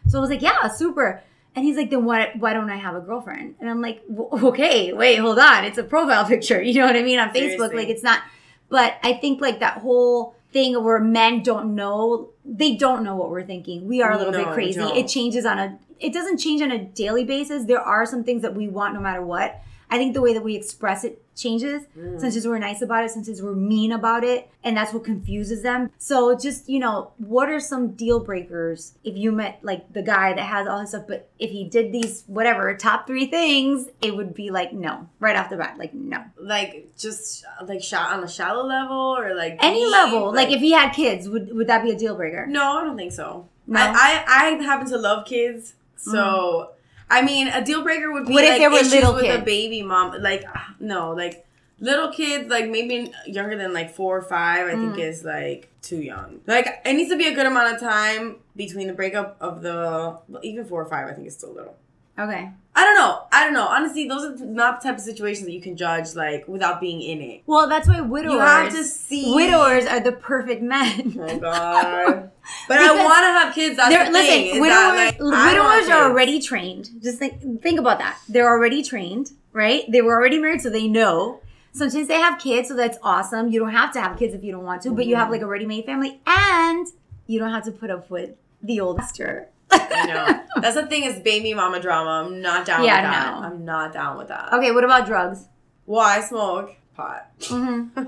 [SPEAKER 1] So I was like, Yeah, super. And he's like, then what, why don't I have a girlfriend? And I'm like, w- okay, wait, hold on. It's a profile picture. You know what I mean? On Facebook,
[SPEAKER 2] Seriously.
[SPEAKER 1] like it's not, but I think like that whole thing where men don't know, they don't know what we're thinking. We are a little
[SPEAKER 2] No,
[SPEAKER 1] bit
[SPEAKER 2] we
[SPEAKER 1] crazy.
[SPEAKER 2] don't.
[SPEAKER 1] It changes on a, it doesn't change on a daily basis. There are some things that we want no matter what. I think the way that we express it changes.
[SPEAKER 2] Mm.
[SPEAKER 1] Sometimes we're nice about it, sometimes we're mean about it, and that's what confuses them. So just, you know, what are some deal breakers if you met like the guy that has all his stuff, but if he did these whatever top three things, it would be like no, right off the bat, like no.
[SPEAKER 2] like just like shot on a shallow level or like
[SPEAKER 1] Any
[SPEAKER 2] deep,
[SPEAKER 1] level, like, if he had kids, would would that be a deal breaker?
[SPEAKER 2] No, I don't think so.
[SPEAKER 1] No? Mm-hmm.
[SPEAKER 2] I, I I happen to love kids, so I mean, a deal breaker would be
[SPEAKER 1] What if
[SPEAKER 2] like
[SPEAKER 1] there were
[SPEAKER 2] issues
[SPEAKER 1] little
[SPEAKER 2] with
[SPEAKER 1] kids?
[SPEAKER 2] a baby mom. Like ah, no, like little kids, like maybe younger than like four or five. I
[SPEAKER 1] Mm.
[SPEAKER 2] think is like too young. Like it needs to be a good amount of time between the breakup of the well, even four or five. I think is still little.
[SPEAKER 1] Okay.
[SPEAKER 2] I don't know. I don't know. Honestly, those are not the type of situations that you can judge like without being in it.
[SPEAKER 1] Well, that's why widowers.
[SPEAKER 2] You have to see
[SPEAKER 1] Widowers are the perfect men.
[SPEAKER 2] Oh god. But
[SPEAKER 1] Because
[SPEAKER 2] I want to have kids. That's
[SPEAKER 1] They're,
[SPEAKER 2] the
[SPEAKER 1] listen,
[SPEAKER 2] thing. is
[SPEAKER 1] widowers,
[SPEAKER 2] that, like, I don't
[SPEAKER 1] widowers
[SPEAKER 2] have
[SPEAKER 1] are
[SPEAKER 2] kids.
[SPEAKER 1] already trained. Just think, think about that. They're already trained, right? They were already married, so they know. Sometimes they have kids, so that's awesome. You don't have to have kids if you don't want to, but you have like a ready-made family, and you don't have to put up with the old master.
[SPEAKER 2] I know. That's the thing is baby mama drama. I'm not down
[SPEAKER 1] Yeah,
[SPEAKER 2] with that.
[SPEAKER 1] no.
[SPEAKER 2] I'm not down with that.
[SPEAKER 1] Okay, what about drugs?
[SPEAKER 2] Well, I smoke pot.
[SPEAKER 1] hmm But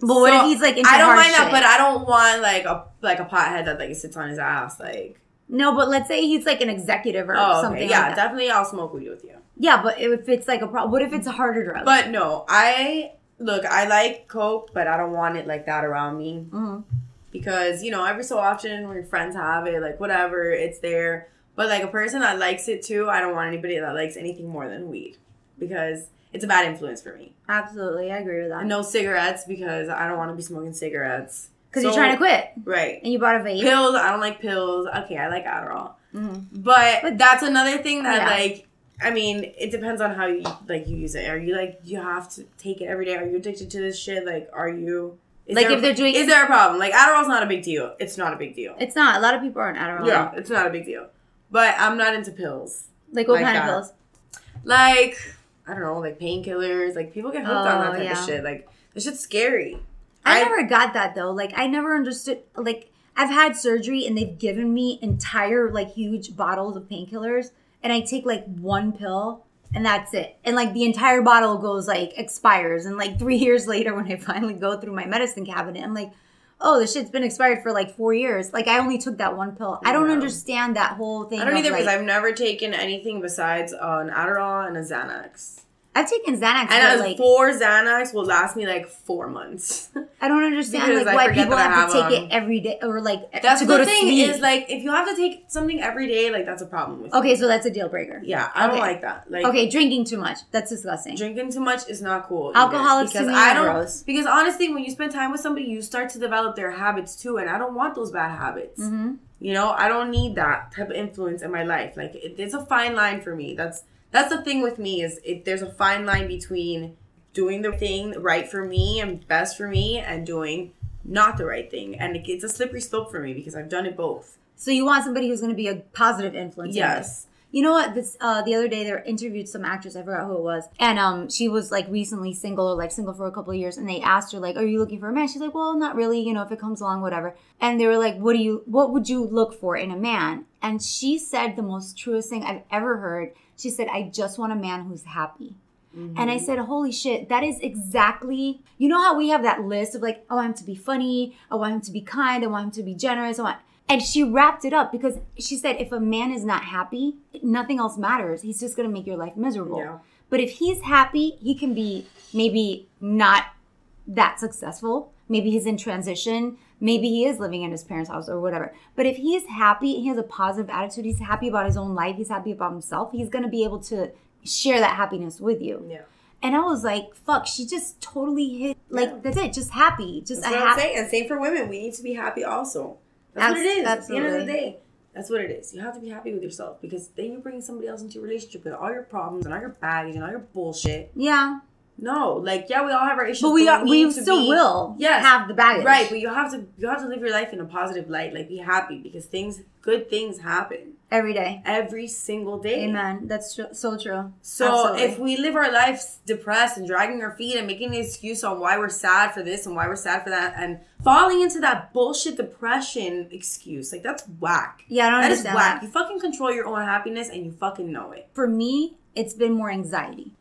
[SPEAKER 1] what
[SPEAKER 2] So,
[SPEAKER 1] if he's like into
[SPEAKER 2] I don't
[SPEAKER 1] hard
[SPEAKER 2] mind that,
[SPEAKER 1] shit?
[SPEAKER 2] but I don't want like a like a pothead that like sits on his ass. Like,
[SPEAKER 1] no, but let's say he's like an executive or
[SPEAKER 2] oh,
[SPEAKER 1] something.
[SPEAKER 2] okay.
[SPEAKER 1] like
[SPEAKER 2] yeah,
[SPEAKER 1] that.
[SPEAKER 2] definitely. I'll smoke weed with you.
[SPEAKER 1] yeah. But if it's like a problem, what if it's a harder drug?
[SPEAKER 2] But no, I look. I like coke, but I don't want it like that around me
[SPEAKER 1] Mhm.
[SPEAKER 2] because you know every so often when your friends have it, like whatever, it's there. But like a person that likes it too, I don't want anybody that likes anything more than weed because it's a bad influence for me.
[SPEAKER 1] absolutely, I agree with that.
[SPEAKER 2] And no cigarettes because I don't want to be smoking cigarettes.
[SPEAKER 1] because
[SPEAKER 2] So-
[SPEAKER 1] you're trying to quit
[SPEAKER 2] Right.
[SPEAKER 1] and you bought a vape.
[SPEAKER 2] Pills, I don't like pills. Okay, I like Adderall.
[SPEAKER 1] Mhm.
[SPEAKER 2] But, that's another thing that
[SPEAKER 1] Yeah.
[SPEAKER 2] like I mean, it depends on how you like you use it. Are you like you have to take it every day? Are you addicted to this shit? Like, are you is
[SPEAKER 1] Like,
[SPEAKER 2] there a-
[SPEAKER 1] if they're doing-
[SPEAKER 2] is there a problem? Like Adderall's not a big deal. It's not a big deal.
[SPEAKER 1] It's not. A lot of people aren't Adderall.
[SPEAKER 2] yeah, Um, it's not a big deal. But I'm not into pills.
[SPEAKER 1] Like what
[SPEAKER 2] Like
[SPEAKER 1] kind
[SPEAKER 2] that.
[SPEAKER 1] of pills?
[SPEAKER 2] Like I don't know, like painkillers. Like people get hooked on that
[SPEAKER 1] Oh,
[SPEAKER 2] type
[SPEAKER 1] yeah.
[SPEAKER 2] of shit. Like this shit's scary.
[SPEAKER 1] I,
[SPEAKER 2] I-
[SPEAKER 1] never got that though. Like I never understood. Like I've had surgery and they've given me entire like huge bottles of painkillers, and I take like one pill and that's it. And like the entire bottle goes like expires, and like three years later when I finally go through my medicine cabinet, I'm like. Oh, this shit's been expired for like four years. Like I only took that one pill. I don't
[SPEAKER 2] Yeah.
[SPEAKER 1] understand that whole thing.
[SPEAKER 2] I don't
[SPEAKER 1] of,
[SPEAKER 2] either because
[SPEAKER 1] like-
[SPEAKER 2] I've never taken anything besides uh, an Adderall and a Xanax.
[SPEAKER 1] I've taken Xanax,
[SPEAKER 2] And
[SPEAKER 1] but
[SPEAKER 2] uh,
[SPEAKER 1] like
[SPEAKER 2] four Xanax will last me like four months.
[SPEAKER 1] I don't understand
[SPEAKER 2] because
[SPEAKER 1] like
[SPEAKER 2] I
[SPEAKER 1] why
[SPEAKER 2] forget
[SPEAKER 1] people
[SPEAKER 2] that I
[SPEAKER 1] have to
[SPEAKER 2] have
[SPEAKER 1] take
[SPEAKER 2] them.
[SPEAKER 1] it every day or like
[SPEAKER 2] That's
[SPEAKER 1] to
[SPEAKER 2] the
[SPEAKER 1] go to
[SPEAKER 2] thing
[SPEAKER 1] sleep.
[SPEAKER 2] is like if you have to take something every day, like that's a problem with
[SPEAKER 1] Okay,
[SPEAKER 2] me.
[SPEAKER 1] so that's a deal breaker.
[SPEAKER 2] Yeah, I don't
[SPEAKER 1] Okay.
[SPEAKER 2] like that. Like
[SPEAKER 1] Okay, drinking too much. That's disgusting.
[SPEAKER 2] drinking too much is not cool. either,
[SPEAKER 1] Alcoholics to
[SPEAKER 2] because
[SPEAKER 1] me
[SPEAKER 2] I
[SPEAKER 1] are
[SPEAKER 2] don't
[SPEAKER 1] gross.
[SPEAKER 2] because honestly, when you spend time with somebody, you start to develop their habits too, and I don't want those bad habits.
[SPEAKER 1] Mhm.
[SPEAKER 2] You know, I don't need that type of influence in my life. Like it, it's a fine line for me. That's that's the thing with me is it, there's a fine line between doing the thing right for me and best for me and doing not the right thing, and it, it's a slippery slope for me because I've done it both.
[SPEAKER 1] So you want somebody who's going to be a positive influence. in this.
[SPEAKER 2] Yes.
[SPEAKER 1] You know what? This uh, the other day they interviewed some actress. I forgot who it was, and um, she was like recently single or like single for a couple of years, and they asked her like, "Are you looking for a man?" She's like, "Well, not really. You know, if it comes along, whatever." And they were like, "What do you? What would you look for in a man?" And she said the most truest thing I've ever heard. She said, "I just want a man who's happy." And I said, holy shit, that is exactly, you know how we have that list of like, I want him to be funny, I want him to be kind, I want him to be generous, I want, and she wrapped it up because she said, if a man is not happy, nothing else matters. He's just gonna make your life miserable.
[SPEAKER 2] Yeah.
[SPEAKER 1] But if he's happy, he can be maybe not that successful. Maybe he's in transition. Maybe he is living in his parents' house or whatever. But if he is happy, he has a positive attitude, he's happy about his own life, he's happy about himself, he's gonna be able to share that happiness with you.
[SPEAKER 2] Yeah.
[SPEAKER 1] And I was like, fuck, she just totally hit, like, that's it, just happy. Just
[SPEAKER 2] That's
[SPEAKER 1] a
[SPEAKER 2] what I'm
[SPEAKER 1] hap-
[SPEAKER 2] saying. And same for women. We need to be happy also. That's what it
[SPEAKER 1] Abs-
[SPEAKER 2] is. At the end of the
[SPEAKER 1] absolutely.
[SPEAKER 2] day, that's what it is. You have to be happy with yourself because then you're bringing somebody else into your relationship with all your problems and all your baggage and all your bullshit.
[SPEAKER 1] Yeah.
[SPEAKER 2] No, like yeah, we all have our issues,
[SPEAKER 1] But we are, we
[SPEAKER 2] need to
[SPEAKER 1] still
[SPEAKER 2] be-
[SPEAKER 1] will
[SPEAKER 2] Yes.
[SPEAKER 1] have the baggage.
[SPEAKER 2] Right, but you have to you have to live your life in a positive light. Like be happy because things good things happen
[SPEAKER 1] Every day.
[SPEAKER 2] every single day.
[SPEAKER 1] Amen. That's tr- so true.
[SPEAKER 2] So
[SPEAKER 1] Absolutely.
[SPEAKER 2] if we live our lives depressed and dragging our feet and making an excuse on why we're sad for this and why we're sad for that and falling into that bullshit depression excuse, like that's whack.
[SPEAKER 1] Yeah, I don't
[SPEAKER 2] That is
[SPEAKER 1] understand
[SPEAKER 2] whack.
[SPEAKER 1] that.
[SPEAKER 2] You fucking control your own happiness and you fucking know it.
[SPEAKER 1] for me, it's been more anxiety.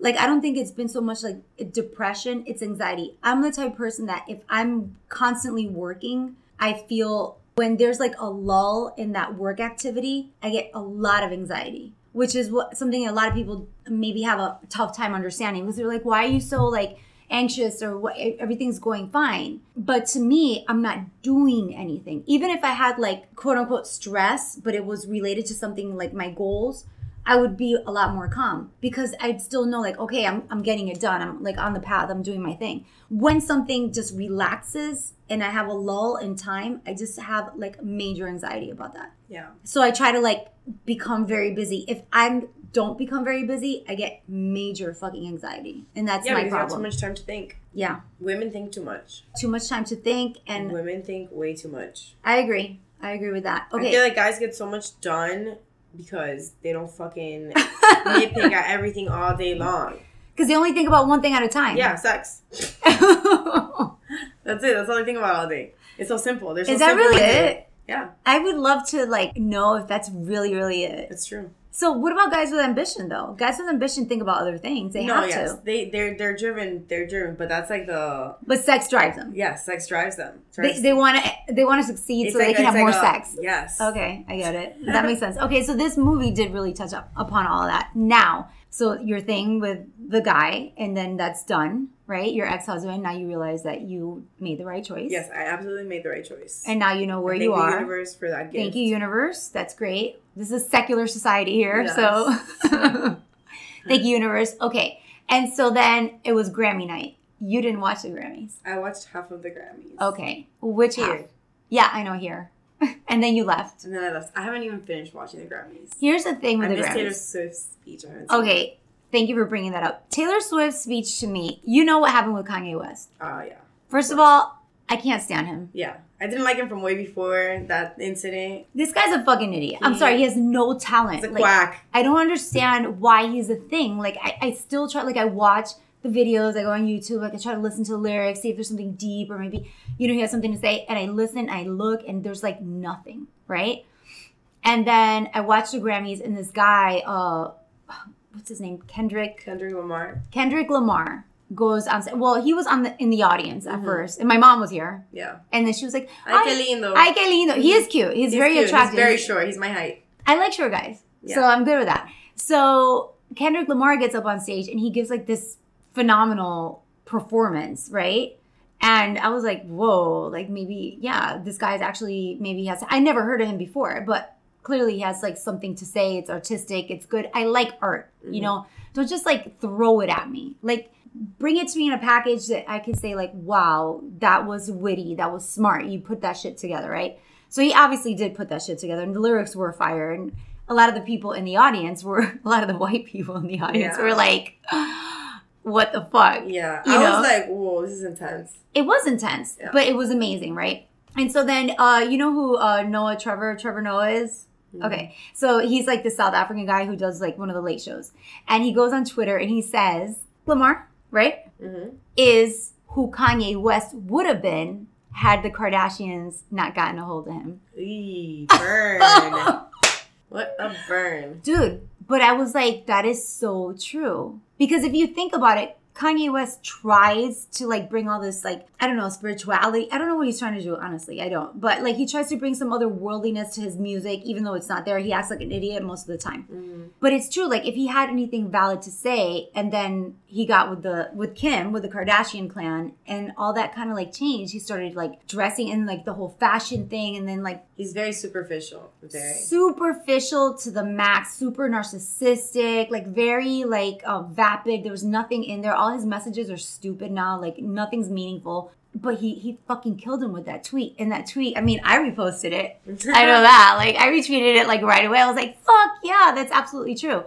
[SPEAKER 1] Like I don't think it's been so much like depression. It's anxiety. I'm the type of person that if I'm constantly working, I feel when there's like a lull in that work activity, I get a lot of anxiety, which is what something a lot of people maybe have a tough time understanding because they're like, why are you so like anxious or what everything's going fine but to me i'm not doing anything even if i had like quote unquote stress but it was related to something like my goals I would be a lot more calm because I'd still know like, okay, I'm, I'm getting it done. I'm like on the path. I'm doing my thing. When something just relaxes and I have a lull in time, I just have like major anxiety about that.
[SPEAKER 3] Yeah.
[SPEAKER 1] So I try to like become very busy. If I don't become very busy, I get major fucking anxiety. And that's
[SPEAKER 2] Yeah,
[SPEAKER 1] my
[SPEAKER 2] because you have too
[SPEAKER 1] problem.
[SPEAKER 2] much time to think.
[SPEAKER 1] yeah.
[SPEAKER 2] Women think too much.
[SPEAKER 1] Too much time to think.
[SPEAKER 2] And
[SPEAKER 1] And
[SPEAKER 2] women think way too much.
[SPEAKER 1] I agree. I agree with that.
[SPEAKER 2] I feel
[SPEAKER 1] Okay.
[SPEAKER 2] like guys get so much done because they don't fucking nitpick at everything all day long.
[SPEAKER 1] Because they only think about one thing at a time.
[SPEAKER 2] Yeah, sex.
[SPEAKER 1] Is
[SPEAKER 2] That's it. That's all they think about all day. It's so simple. They're so
[SPEAKER 1] that
[SPEAKER 2] simple
[SPEAKER 1] really
[SPEAKER 2] with
[SPEAKER 1] it?
[SPEAKER 2] Yeah,
[SPEAKER 1] I would love to like know if that's really, really it.
[SPEAKER 2] it's true.
[SPEAKER 1] So what about guys with ambition though? Guys with ambition think about other things. They have to.
[SPEAKER 2] They they're they're driven. They're driven, but that's like the
[SPEAKER 1] But sex drives them.
[SPEAKER 2] yeah, sex drives them.
[SPEAKER 1] They, they want to they want to succeed
[SPEAKER 2] It's
[SPEAKER 1] so they
[SPEAKER 2] like-
[SPEAKER 1] can have
[SPEAKER 2] it's
[SPEAKER 1] more
[SPEAKER 2] like a-
[SPEAKER 1] sex.
[SPEAKER 2] Yes.
[SPEAKER 1] Okay, I get it. That makes sense. Okay, so this movie did really touch up upon all of that. Now, so your thing with the guy, and then that's done, right? Your ex husband. Now you realize that you made the right choice.
[SPEAKER 2] Yes, I absolutely made the right choice.
[SPEAKER 1] And now you know where
[SPEAKER 2] Thank
[SPEAKER 1] you
[SPEAKER 2] the
[SPEAKER 1] are.
[SPEAKER 2] universe for that gift.
[SPEAKER 1] Thank you, universe. That's great. This is secular society here,
[SPEAKER 2] Yes.
[SPEAKER 1] so thank you, universe. Okay, and so then it was Grammy night. You didn't watch the Grammys.
[SPEAKER 2] I watched half of the Grammys.
[SPEAKER 1] Okay, which half?
[SPEAKER 2] Here.
[SPEAKER 1] Yeah, I know here. and then you left.
[SPEAKER 2] And then I left. I haven't even finished watching the Grammys.
[SPEAKER 1] Here's the thing
[SPEAKER 2] I
[SPEAKER 1] with the
[SPEAKER 2] missed Taylor
[SPEAKER 1] Grammys.
[SPEAKER 2] Swift's speech. I haven't seen it.
[SPEAKER 1] Okay, thank you for bringing that up. Taylor Swift's speech to me. You know what happened with Kanye West.
[SPEAKER 2] Oh yeah.
[SPEAKER 1] First of all, I can't stand him.
[SPEAKER 2] Yeah. I didn't like him from way before that incident.
[SPEAKER 1] This guy's a fucking idiot. I'm
[SPEAKER 2] He-
[SPEAKER 1] sorry, he has no talent.
[SPEAKER 2] He's a
[SPEAKER 1] Like,
[SPEAKER 2] quack.
[SPEAKER 1] I don't understand why he's a thing. Like I, I still try like I watch the videos, I go on YouTube, like I try to listen to the lyrics, see if there's something deep or maybe, you know, he has something to say. And I listen, I look, and there's like nothing, right? And then I watch the Grammys and this guy, uh what's his name? Kendrick
[SPEAKER 2] Kendrick Lamar.
[SPEAKER 1] Kendrick Lamar goes on sta- well, he was on the in the audience at first. And my mom was here.
[SPEAKER 2] Yeah.
[SPEAKER 1] And then she was like,
[SPEAKER 2] I
[SPEAKER 1] "Ay,
[SPEAKER 2] Kelly though.
[SPEAKER 1] ay, qué lindo. He is cute. He's, very
[SPEAKER 2] cute.
[SPEAKER 1] attractive.
[SPEAKER 2] He's very short. He's my height.
[SPEAKER 1] I like short guys, so
[SPEAKER 2] Yeah.
[SPEAKER 1] I'm good with that. So Kendrick Lamar gets up on stage and he gives like this phenomenal performance, right? And I was like, whoa, like maybe, yeah, this guy's actually maybe he has. I never heard of him before, but clearly he has like something to say. It's artistic. It's good. I like art. You
[SPEAKER 2] Mhm.
[SPEAKER 1] know, don't just like throw it at me. Like bring it to me in a package that I can say like, wow, that was witty. That was smart. You put that shit together, right? So he obviously did put that shit together, and the lyrics were fire. And a lot of the people in the audience were a lot of the white people in the audience
[SPEAKER 2] Yeah.
[SPEAKER 1] were like, "What the fuck?"
[SPEAKER 2] Yeah.
[SPEAKER 1] You
[SPEAKER 2] I
[SPEAKER 1] know?
[SPEAKER 2] was like, whoa, this is intense.
[SPEAKER 1] It was intense,
[SPEAKER 2] Yeah.
[SPEAKER 1] but it was amazing, right? And so then, uh, you know who uh, Noah Trevor Trevor Noah is?
[SPEAKER 2] Mm-hmm.
[SPEAKER 1] Okay, so he's like the South African guy who does like one of the late shows, and he goes on Twitter and he says Lamar, right?
[SPEAKER 2] Mm-hmm.
[SPEAKER 1] is who Kanye West would have been had the Kardashians not gotten a hold of him.
[SPEAKER 2] Eee, burn. what a burn.
[SPEAKER 1] Dude, but I was like, that is so true. Because if you think about it, Kanye West tries to like bring all this like I don't know spirituality. I don't know what he's trying to do honestly. I don't. But like he tries to bring some other worldliness to his music even though it's not there. He acts like an idiot most of the time.
[SPEAKER 2] Mhm.
[SPEAKER 1] But it's true. Like if he had anything valid to say, and then he got with the with Kim with the Kardashian clan, and all that kind of like changed. He started like dressing in like the whole fashion thing, and then like
[SPEAKER 2] He's very superficial. Very.
[SPEAKER 1] superficial to the max, super narcissistic, like very like uh, vapid. There was nothing in there. All his messages are stupid now. Like nothing's meaningful. But he he fucking killed him with that tweet. And that tweet, I mean, I reposted it. I know that. Like I retweeted it like right away. I was like, fuck yeah, that's absolutely true.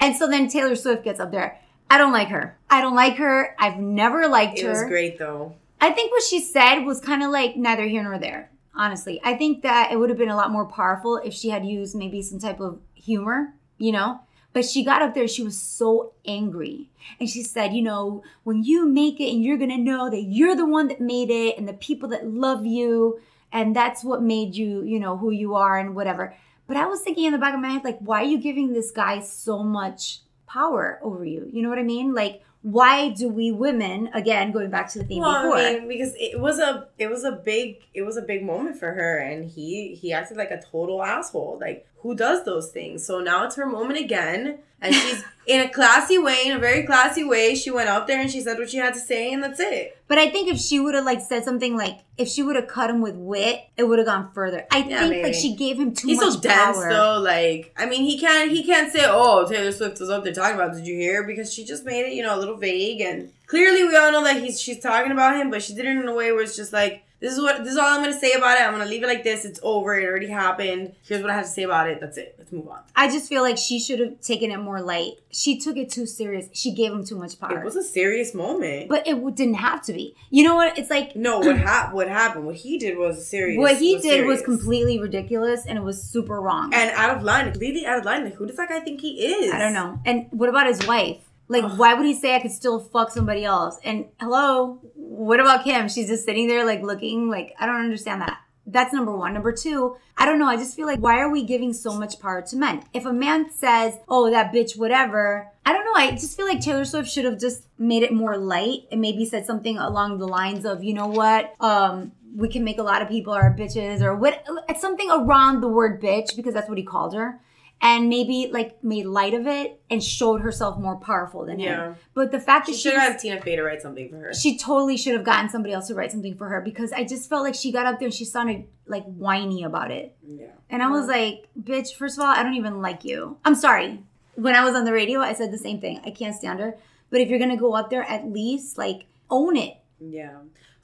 [SPEAKER 1] And so then Taylor Swift gets up there. I don't like her. I don't like her. I've never liked
[SPEAKER 2] It
[SPEAKER 1] her.
[SPEAKER 2] was great though.
[SPEAKER 1] I think what she said was kind of like neither here nor there. Honestly, I think that it would have been a lot more powerful if she had used maybe some type of humor, you know? But she got up there, she was so angry. And she said, You know, when you make it and you're gonna know that you're the one that made it and the people that love you, and that's what made you, you know, who you are and whatever. But I was thinking in the back of my head, like, why are you giving this guy so much power over you? You know what I mean? Like, why do we women, again, going back to the theme
[SPEAKER 2] Well,
[SPEAKER 1] before,
[SPEAKER 2] I mean, because it was a it was a big it was a big moment for her, and he he acted like a total asshole. Like who does those things. So now it's her moment again. And she's in a classy way, in a very classy way. She went out there and she said what she had to say, and that's it.
[SPEAKER 1] But I think if she would have like said something like if she would have cut him with wit, it would have gone further. I
[SPEAKER 2] Yeah,
[SPEAKER 1] think
[SPEAKER 2] maybe.
[SPEAKER 1] like she gave him too
[SPEAKER 2] He's
[SPEAKER 1] much
[SPEAKER 2] so dense
[SPEAKER 1] power.
[SPEAKER 2] though. Like, I mean, he can't he can't say, "Oh, Taylor Swift was up there talking about." Did you hear? Because she just made it, you know, a little vague. And clearly, we all know that he's she's talking about him, but she did it in a way where it's just like, "This is what this is all I'm gonna say about it. I'm gonna leave it like this. It's over. It already happened. Here's what I have to say about it. That's it. Let's move on."
[SPEAKER 1] I just feel like she should have taken it more light. She took it too serious. She gave him too much power.
[SPEAKER 2] It was a serious moment.
[SPEAKER 1] but it w- didn't have to be. You know what? It's like
[SPEAKER 2] no, what hap- what happened? What he did was serious.
[SPEAKER 1] what he did was
[SPEAKER 2] serious.
[SPEAKER 1] completely ridiculous and it was super wrong.
[SPEAKER 2] and out of line, completely out of line. Like, who does that guy think he is?
[SPEAKER 1] I don't know. And what about his wife? Like, why would he say I could still fuck somebody else? And hello, what about Kim? She's just sitting there, like, looking, like, I don't understand that. That's number one. Number two, I don't know. I just feel like, why are we giving so much power to men? If a man says, oh, that bitch, whatever, I don't know. I just feel like Taylor Swift should have just made it more light and maybe said something along the lines of, you know what, um, we can make a lot of people our bitches or what, something around the word bitch because that's what he called her and maybe like made light of it and showed herself more powerful than
[SPEAKER 2] Yeah.
[SPEAKER 1] him. But the fact
[SPEAKER 2] She
[SPEAKER 1] that she
[SPEAKER 2] should
[SPEAKER 1] was-
[SPEAKER 2] have Tina Fey to write something for her.
[SPEAKER 1] she totally should have gotten somebody else to write something for her because I just felt like she got up there and she sounded like whiny about it.
[SPEAKER 2] Yeah.
[SPEAKER 1] And I was like, bitch, first of all, I don't even like you. I'm sorry. When I was on the radio, I said the same thing. I can't stand her. But if you're gonna go up there, at least like own it.
[SPEAKER 2] Yeah.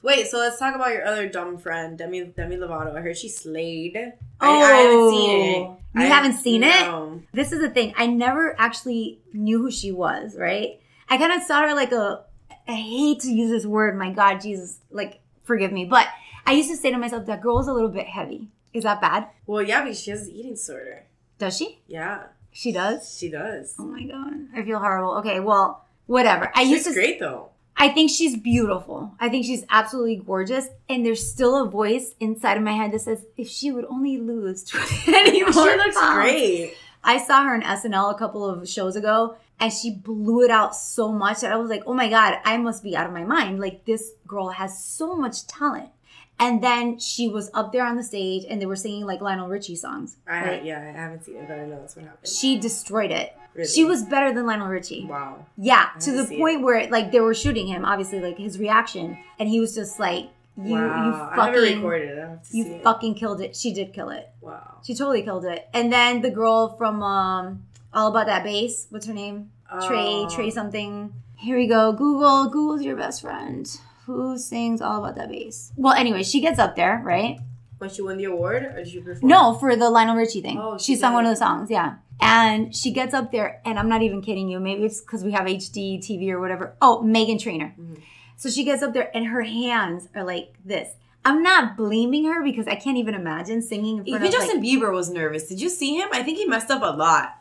[SPEAKER 2] Wait, so let's talk about your other dumb friend, Demi Demi Lovato. I heard she slayed. I, I haven't seen it.
[SPEAKER 1] Oh.
[SPEAKER 2] I
[SPEAKER 1] You haven't seen it?
[SPEAKER 2] no.
[SPEAKER 1] This is the thing. I never actually knew who she was, right? I kind of saw her like a. I hate to use this word, my God, Jesus, like, forgive me. But I used to say to myself, that girl's a little bit heavy. Is that bad?
[SPEAKER 2] Well, yeah, because she has an eating disorder.
[SPEAKER 1] Does she?
[SPEAKER 2] Yeah,
[SPEAKER 1] She does?
[SPEAKER 2] she does.
[SPEAKER 1] Oh my God. I feel horrible. Okay, well, whatever. I used
[SPEAKER 2] She's
[SPEAKER 1] to.
[SPEAKER 2] great though.
[SPEAKER 1] I think she's beautiful. I think she's absolutely gorgeous. And there's still a voice inside of my head that says, if she would only lose 20 more
[SPEAKER 2] She looks
[SPEAKER 1] pounds."
[SPEAKER 2] great.
[SPEAKER 1] I saw her in SNL a couple of shows ago and she blew it out so much that I was like, oh my God, I must be out of my mind. Like, this girl has so much talent. And then she was up there on the stage and they were singing like Lionel Richie songs.
[SPEAKER 2] I
[SPEAKER 1] right?
[SPEAKER 2] yeah, I haven't seen it, but I know that's what happened.
[SPEAKER 1] She destroyed it.
[SPEAKER 2] Really?
[SPEAKER 1] She was better than Lionel Richie.
[SPEAKER 2] wow.
[SPEAKER 1] Yeah,
[SPEAKER 2] I
[SPEAKER 1] to
[SPEAKER 2] didn't
[SPEAKER 1] the
[SPEAKER 2] see
[SPEAKER 1] point where like they were shooting him, obviously, like his reaction. And he was just like, you,
[SPEAKER 2] wow.
[SPEAKER 1] you
[SPEAKER 2] I haven't
[SPEAKER 1] fucking,
[SPEAKER 2] recorded it. I have to see
[SPEAKER 1] you
[SPEAKER 2] it.
[SPEAKER 1] fucking killed it. She did kill it.
[SPEAKER 2] Wow.
[SPEAKER 1] She totally killed it. And then the girl from um, All About That Bass, what's her name? Trey,
[SPEAKER 2] Oh.
[SPEAKER 1] Trey something. Here we go. Google, Google's your best friend. Who sings all about that bass? Well, anyway, she gets up there, right?
[SPEAKER 2] When she won the award, or did she perform?
[SPEAKER 1] No, for the Lionel Richie thing.
[SPEAKER 2] Oh,
[SPEAKER 1] she,
[SPEAKER 2] she
[SPEAKER 1] sung
[SPEAKER 2] did.
[SPEAKER 1] one of the songs, yeah. And she gets up there, and I'm not even kidding you. Maybe it's because we have HD TV or whatever. Oh, Megan Trainer.
[SPEAKER 2] Mm-hmm.
[SPEAKER 1] So she gets up there, and her hands are like this. I'm not blaming her because I can't even imagine singing in front
[SPEAKER 4] Even
[SPEAKER 1] of like,
[SPEAKER 4] Justin Bieber was nervous. Did you see him? I think he messed up a lot.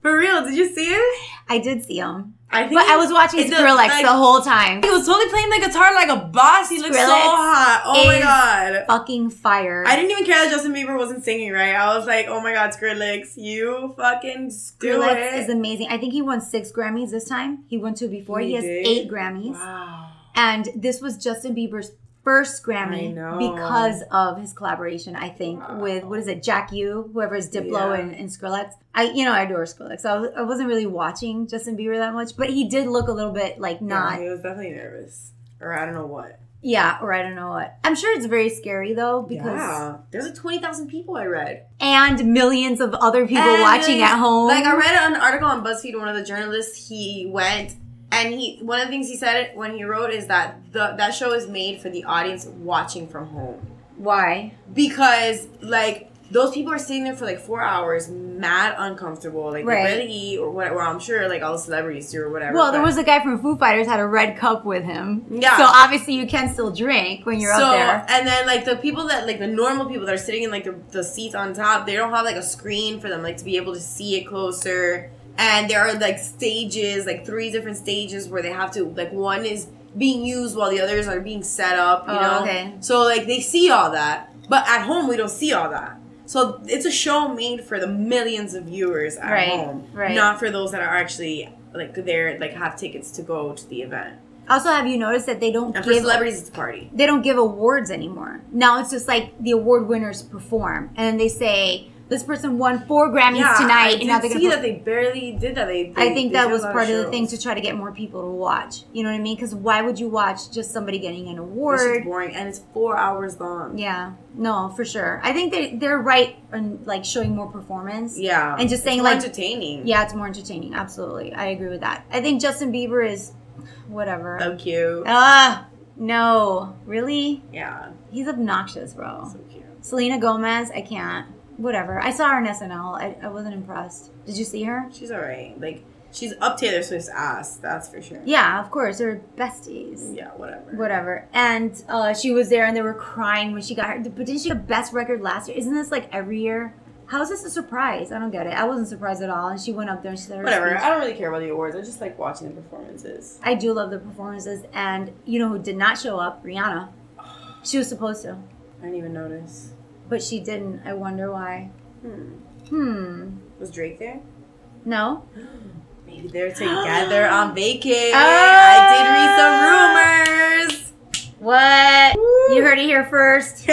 [SPEAKER 2] For real, did you see it?
[SPEAKER 1] I did see him,
[SPEAKER 2] I think
[SPEAKER 1] but I was watching
[SPEAKER 4] It does,
[SPEAKER 1] Skrillex
[SPEAKER 4] like-
[SPEAKER 1] the whole time.
[SPEAKER 4] He was totally playing the guitar like a boss. He looked so
[SPEAKER 1] Skrillex
[SPEAKER 4] hot.
[SPEAKER 2] Oh my
[SPEAKER 1] is-
[SPEAKER 2] god.
[SPEAKER 1] Fucking fire!
[SPEAKER 2] I didn't even care that Justin Bieber wasn't singing, right? I was like, oh my god, Skrillex, you fucking do
[SPEAKER 1] Skrillex
[SPEAKER 2] it.
[SPEAKER 1] is amazing. I think he won six Grammys this time. He won two before. He,
[SPEAKER 2] He
[SPEAKER 1] has
[SPEAKER 2] did?
[SPEAKER 1] eight Grammys.
[SPEAKER 2] Wow.
[SPEAKER 1] And this was Justin Bieber's first Grammy
[SPEAKER 2] I know.
[SPEAKER 1] because of his collaboration, I think,
[SPEAKER 2] Wow.
[SPEAKER 1] with what is it, Jack U, whoever is Diplo
[SPEAKER 2] Yeah.
[SPEAKER 1] and, and Skrillex. I you know I adore Skrillex. So I, was, I wasn't really watching Justin Bieber that much, but he did look a little bit like not
[SPEAKER 2] Yeah, he was definitely nervous. Or I don't know what.
[SPEAKER 1] yeah, or I don't know what. I'm sure it's very scary though because
[SPEAKER 2] yeah. There's like 20,000 people I read.
[SPEAKER 1] and millions of other people
[SPEAKER 2] And
[SPEAKER 1] watching
[SPEAKER 2] like-
[SPEAKER 1] at home.
[SPEAKER 2] Like, I read an article on BuzzFeed, one of the journalists, he went. And he, one of the things he said when he wrote is that the that show is made for the audience watching from home.
[SPEAKER 1] Why?
[SPEAKER 2] because like those people are sitting there for like four hours, mad uncomfortable, like
[SPEAKER 1] Right.
[SPEAKER 2] they barely eat or whatever. Well, I'm sure like all the celebrities do or whatever.
[SPEAKER 1] Well, there
[SPEAKER 2] but-
[SPEAKER 1] was a guy from Foo Fighters had a red cup with him.
[SPEAKER 2] Yeah.
[SPEAKER 1] So obviously you can still drink when you're
[SPEAKER 2] so
[SPEAKER 1] up there.
[SPEAKER 2] and then like the people that like the normal people that are sitting in like the, the seats on top, they don't have like a screen for them like to be able to see it closer. And there are like stages, like three different stages where they have to like one is being used while the others are being set up. You
[SPEAKER 1] Oh,
[SPEAKER 2] know,
[SPEAKER 1] okay.
[SPEAKER 2] so like they see all that, but at home we don't see all that. So it's a show made for the millions of viewers at
[SPEAKER 1] Right,
[SPEAKER 2] home,
[SPEAKER 1] right.
[SPEAKER 2] not for those that are actually like there like have tickets to go to the event.
[SPEAKER 1] Also, have you noticed that they don't
[SPEAKER 2] And for
[SPEAKER 1] give
[SPEAKER 2] celebrities, it's a party.
[SPEAKER 1] they don't give awards anymore? Now it's just like the award winners perform, and they say the this person won four Grammys tonight,
[SPEAKER 2] I
[SPEAKER 1] and now
[SPEAKER 2] did
[SPEAKER 1] they're
[SPEAKER 2] see
[SPEAKER 1] gonna. put-
[SPEAKER 2] that they barely did that. They,
[SPEAKER 1] I
[SPEAKER 2] they-
[SPEAKER 1] think
[SPEAKER 2] they
[SPEAKER 1] that
[SPEAKER 2] did a
[SPEAKER 1] was
[SPEAKER 2] lot
[SPEAKER 1] part of the
[SPEAKER 2] shows.
[SPEAKER 1] thing to try to get more people to watch. You know what I mean? Because why would you watch just somebody getting an
[SPEAKER 2] That shit's
[SPEAKER 1] award?
[SPEAKER 2] boring, and it's four hours long.
[SPEAKER 1] Yeah, no, for sure. I think they they're right on like showing more performance.
[SPEAKER 2] Yeah,
[SPEAKER 1] And just
[SPEAKER 2] It's
[SPEAKER 1] saying,
[SPEAKER 2] more
[SPEAKER 1] like-
[SPEAKER 2] entertaining.
[SPEAKER 1] Yeah, it's more entertaining. Absolutely, I agree with that. I think Justin Bieber is, whatever.
[SPEAKER 2] so cute.
[SPEAKER 1] Ah, no, really?
[SPEAKER 2] Yeah,
[SPEAKER 1] He's obnoxious, bro.
[SPEAKER 2] so cute.
[SPEAKER 1] Selena Gomez, I can't. Whatever. I saw her in SNL. I, I wasn't impressed. Did you see her?
[SPEAKER 2] She's alright. Like she's up Taylor Swift's ass. That's for sure.
[SPEAKER 1] Yeah, of course. They're besties.
[SPEAKER 2] Yeah, whatever.
[SPEAKER 1] Whatever. And uh, she was there and they were crying when she got her. But didn't she get the best record last year? Isn't this like every year? How is this a surprise? I don't get it. I wasn't surprised at all. And she went up there and she said her
[SPEAKER 2] Whatever.
[SPEAKER 1] speech.
[SPEAKER 2] I don't really care about the awards. I just like watching the performances.
[SPEAKER 1] I do love the performances. And you know who did not show up? Rihanna. She was supposed to,
[SPEAKER 2] I didn't even notice.
[SPEAKER 1] but she didn't. I wonder why.
[SPEAKER 2] Hmm.
[SPEAKER 1] Hmm.
[SPEAKER 2] Was Drake there?
[SPEAKER 1] No?
[SPEAKER 2] Maybe they're together on vacay.
[SPEAKER 1] Ah!
[SPEAKER 2] I did read
[SPEAKER 1] Oh.
[SPEAKER 2] some rumors.
[SPEAKER 1] What?
[SPEAKER 2] Woo.
[SPEAKER 1] You heard it here first.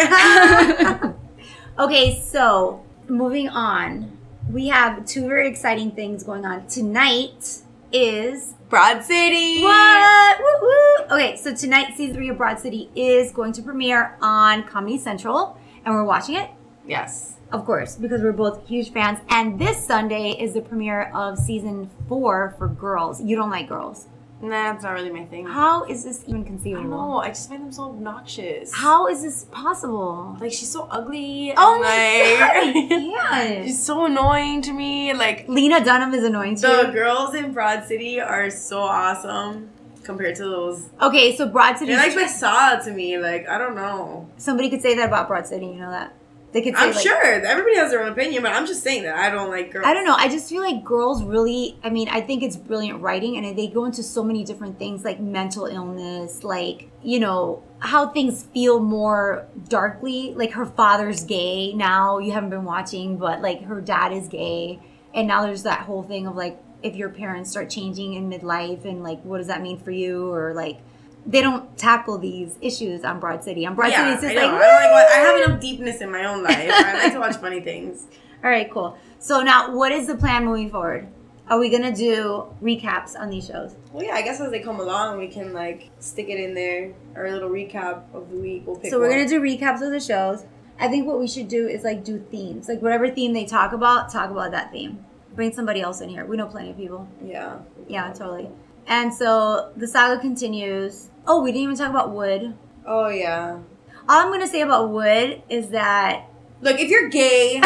[SPEAKER 1] okay, so moving on, we have two very exciting things going on. Tonight is
[SPEAKER 5] Broad City.
[SPEAKER 1] what? Woo woo. Okay, so tonight season three of Broad City is going to premiere on Comedy Central, and we're watching it.
[SPEAKER 5] Yes.
[SPEAKER 1] Of course, because we're both huge fans. And this Sunday is the premiere of season four for girls. You don't like girls.
[SPEAKER 5] Nah, it's not really my thing.
[SPEAKER 1] How is this even
[SPEAKER 5] I don't
[SPEAKER 1] conceivable?
[SPEAKER 5] know. I just find them so obnoxious.
[SPEAKER 1] How is this possible?
[SPEAKER 5] Like she's so ugly.
[SPEAKER 1] Oh
[SPEAKER 5] and,
[SPEAKER 1] my
[SPEAKER 5] like,
[SPEAKER 1] God.
[SPEAKER 5] she's so annoying to me. Like
[SPEAKER 1] Lena Dunham is annoying too.
[SPEAKER 2] The girls in Broad City are so awesome compared to those.
[SPEAKER 1] okay, so Broad City.
[SPEAKER 2] They're like Basala to me. Like I don't know.
[SPEAKER 1] somebody could say that about Broad City. You know that they could. Say,
[SPEAKER 2] I'm
[SPEAKER 1] like-
[SPEAKER 2] sure that everybody has their own opinion, but I'm just saying that I don't like girls.
[SPEAKER 1] I don't know. I just feel like girls really. I mean, I think it's brilliant writing, and they go into so many different things, like mental illness, like you know how things feel more darkly. Like her father's gay now. You haven't been watching, but like her dad is gay, and now there's that whole thing of like if your parents start changing in midlife, and like what does that mean for you, or like. They don't tackle these issues on Broad City. On Broad
[SPEAKER 2] Yeah,
[SPEAKER 1] City,
[SPEAKER 2] I,
[SPEAKER 1] it's just
[SPEAKER 2] know.
[SPEAKER 1] like,
[SPEAKER 2] I don't like. wa- I have enough deepness in my own life. I like to watch funny things.
[SPEAKER 1] All right, cool. So now, what is the plan moving forward? Are we gonna do recaps on these shows?
[SPEAKER 2] Well, yeah, I guess as they come along, we can like stick it in there. Our little recap of the week. We'll pick.
[SPEAKER 1] so we're
[SPEAKER 2] one.
[SPEAKER 1] gonna do recaps of the shows. I think what we should do is like do themes, like whatever theme they talk about, talk about that theme. Bring somebody else in here. We know plenty of people.
[SPEAKER 2] Yeah.
[SPEAKER 1] Yeah, totally. And so the saga continues. Oh, we didn't even talk about Wood.
[SPEAKER 2] Oh yeah.
[SPEAKER 1] All I'm gonna say about Wood is that
[SPEAKER 2] Look, if you're gay,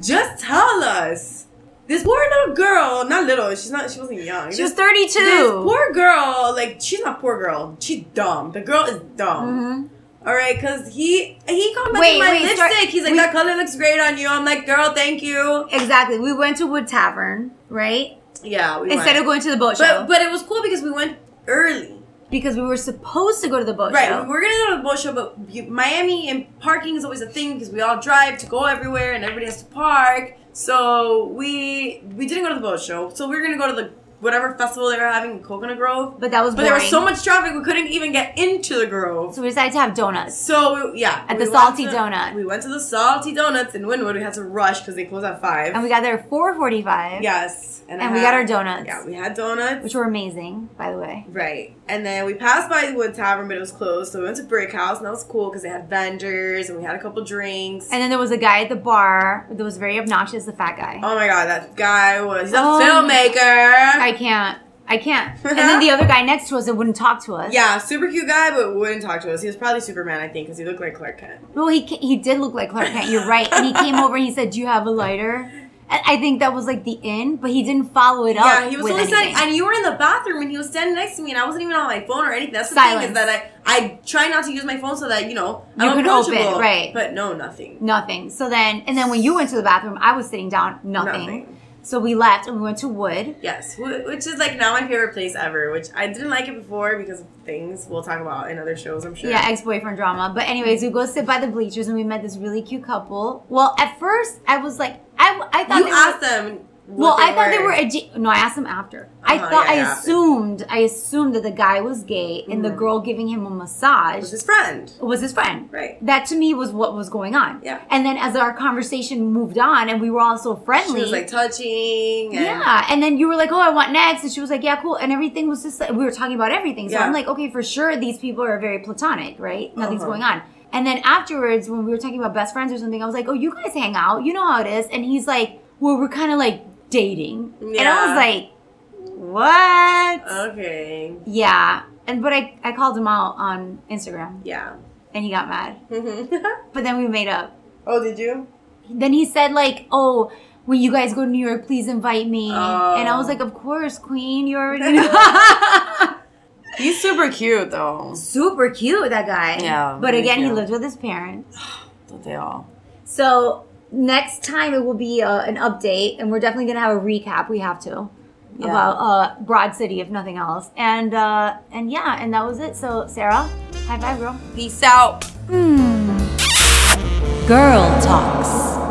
[SPEAKER 2] just tell us. This poor little girl, not little, she's not, she wasn't young.
[SPEAKER 1] she was
[SPEAKER 2] This- This
[SPEAKER 1] 32.
[SPEAKER 2] poor girl, like she's not poor girl. She's dumb. The girl is dumb.
[SPEAKER 1] Mhm.
[SPEAKER 2] All right, cause he he commented
[SPEAKER 1] Wait,
[SPEAKER 2] my
[SPEAKER 1] wait,
[SPEAKER 2] lipstick.
[SPEAKER 1] start-
[SPEAKER 2] He's like,
[SPEAKER 1] we-
[SPEAKER 2] that color looks great on you. I'm like, girl, thank you.
[SPEAKER 1] Exactly. We went to Wood Tavern, right?
[SPEAKER 2] Yeah, we
[SPEAKER 1] Instead
[SPEAKER 2] went.
[SPEAKER 1] of going to the boat show.
[SPEAKER 2] but but it was cool because we went early.
[SPEAKER 1] because we were supposed to go to the boat
[SPEAKER 2] Right,
[SPEAKER 1] show.
[SPEAKER 2] we were gonna go to the boat show, but you- Miami and parking is always a thing because we all drive to go everywhere and everybody has to park. So we we didn't go to the boat show. So we were gonna go to the whatever festival they were having in Coconut Grove.
[SPEAKER 1] But that was
[SPEAKER 2] But there was
[SPEAKER 1] boring.
[SPEAKER 2] so much traffic we couldn't even get into the Grove.
[SPEAKER 1] So we decided to have donuts.
[SPEAKER 2] So we, yeah,
[SPEAKER 1] At
[SPEAKER 2] we
[SPEAKER 1] the
[SPEAKER 2] went
[SPEAKER 1] Salty
[SPEAKER 2] to-
[SPEAKER 1] Donut.
[SPEAKER 2] We went to the Salty Donuts in Wynwood. We had to rush because they close at five.
[SPEAKER 1] And we got there at 445.
[SPEAKER 2] yes, I
[SPEAKER 1] And we got our donuts.
[SPEAKER 2] Yeah, we had donuts.
[SPEAKER 1] Which were amazing, by the way.
[SPEAKER 2] Right. And then we passed by the Wood Tavern, but it was closed. So we went to Brick House, and that was cool because they had vendors and we had a couple drinks.
[SPEAKER 1] And then there was a guy at the bar that was very obnoxious, the fat guy.
[SPEAKER 2] oh my god, that guy was he's a
[SPEAKER 1] Oh.
[SPEAKER 2] filmmaker.
[SPEAKER 1] I can't. I can't. and then the other guy next to us that wouldn't talk to us.
[SPEAKER 2] yeah, super cute guy, but wouldn't talk to us. He was probably Superman, I think, because he looked like Clark Kent.
[SPEAKER 1] Well, he ca- he did look like Clark Kent. You're right. And he came over and he said, "Do you have a lighter?" And I think that was like the end, but he didn't follow it up.
[SPEAKER 2] yeah, he was
[SPEAKER 1] with
[SPEAKER 2] only
[SPEAKER 1] anything.
[SPEAKER 2] standing, and you were in the bathroom, and he was standing next to me, and I wasn't even on my phone or anything. That's the thing
[SPEAKER 1] Silence.
[SPEAKER 2] is that I I try not to use my phone so that you know
[SPEAKER 1] You
[SPEAKER 2] I'm
[SPEAKER 1] could open,
[SPEAKER 2] approachable,
[SPEAKER 1] right.
[SPEAKER 2] But no, nothing.
[SPEAKER 1] Nothing. So then, and then when you went to the bathroom, I was sitting down. Nothing.
[SPEAKER 2] Nothing.
[SPEAKER 1] So we left and we went to Wood.
[SPEAKER 2] Yes, wh- which is like now my favorite place ever. Which I didn't like it before because of things we'll talk about in other shows. I'm sure.
[SPEAKER 1] Yeah, ex boyfriend drama. But anyways, we go sit by the bleachers and we met this really cute couple. Well, at first I was like, I, I thought
[SPEAKER 2] you
[SPEAKER 1] they
[SPEAKER 2] asked
[SPEAKER 1] were,
[SPEAKER 2] them.
[SPEAKER 1] Well,
[SPEAKER 2] what
[SPEAKER 1] I thought they were. adja- no, I asked them after. I I
[SPEAKER 6] Uh-huh,
[SPEAKER 1] thought
[SPEAKER 6] yeah,
[SPEAKER 1] I
[SPEAKER 6] yeah. Mm.
[SPEAKER 1] assumed I assumed that the guy was gay and the girl giving him a massage
[SPEAKER 6] was his friend.
[SPEAKER 1] was his friend.
[SPEAKER 6] Right.
[SPEAKER 1] That to me was what was going on.
[SPEAKER 6] Yeah.
[SPEAKER 1] And then as our conversation moved on and we were all so friendly.
[SPEAKER 6] She was like touching. And
[SPEAKER 1] yeah, and then you were like, "Oh, I want next," and she was like, "Yeah, cool." And everything was just like we were talking about everything. So
[SPEAKER 6] Yeah.
[SPEAKER 1] I'm like, "Okay, for sure, these people are very platonic, right? Nothing's
[SPEAKER 6] Uh-huh.
[SPEAKER 1] going on." And then afterwards, when we were talking about best friends or something, I was like, "Oh, you guys hang out, you know how it is." And he's like, "Well, we're kind of like dating," and I
[SPEAKER 6] Yeah. Uh.
[SPEAKER 1] was like, "What?"
[SPEAKER 6] Okay.
[SPEAKER 1] yeah, and but I I called him out on Instagram,
[SPEAKER 6] Yeah.
[SPEAKER 1] and he got mad.
[SPEAKER 6] oh,
[SPEAKER 1] But then we made up.
[SPEAKER 2] Oh,
[SPEAKER 6] did you?
[SPEAKER 1] then he said like oh when you guys go to new york please invite me
[SPEAKER 6] Oh.
[SPEAKER 1] and i was like of course queen you already know
[SPEAKER 2] He's super cute though.
[SPEAKER 1] super cute that guy
[SPEAKER 2] Yeah,
[SPEAKER 1] but
[SPEAKER 2] very
[SPEAKER 1] again he
[SPEAKER 2] cute.
[SPEAKER 1] lived with his parents
[SPEAKER 2] Don't they all?
[SPEAKER 1] so next time it will be uh, an update and we're definitely gonna have a recap we have to
[SPEAKER 2] Yeah.
[SPEAKER 1] about uh, broad city if nothing else and uh, and yeah and that was it so sarah high five girl
[SPEAKER 2] Peace out.
[SPEAKER 1] Hmm. girl talks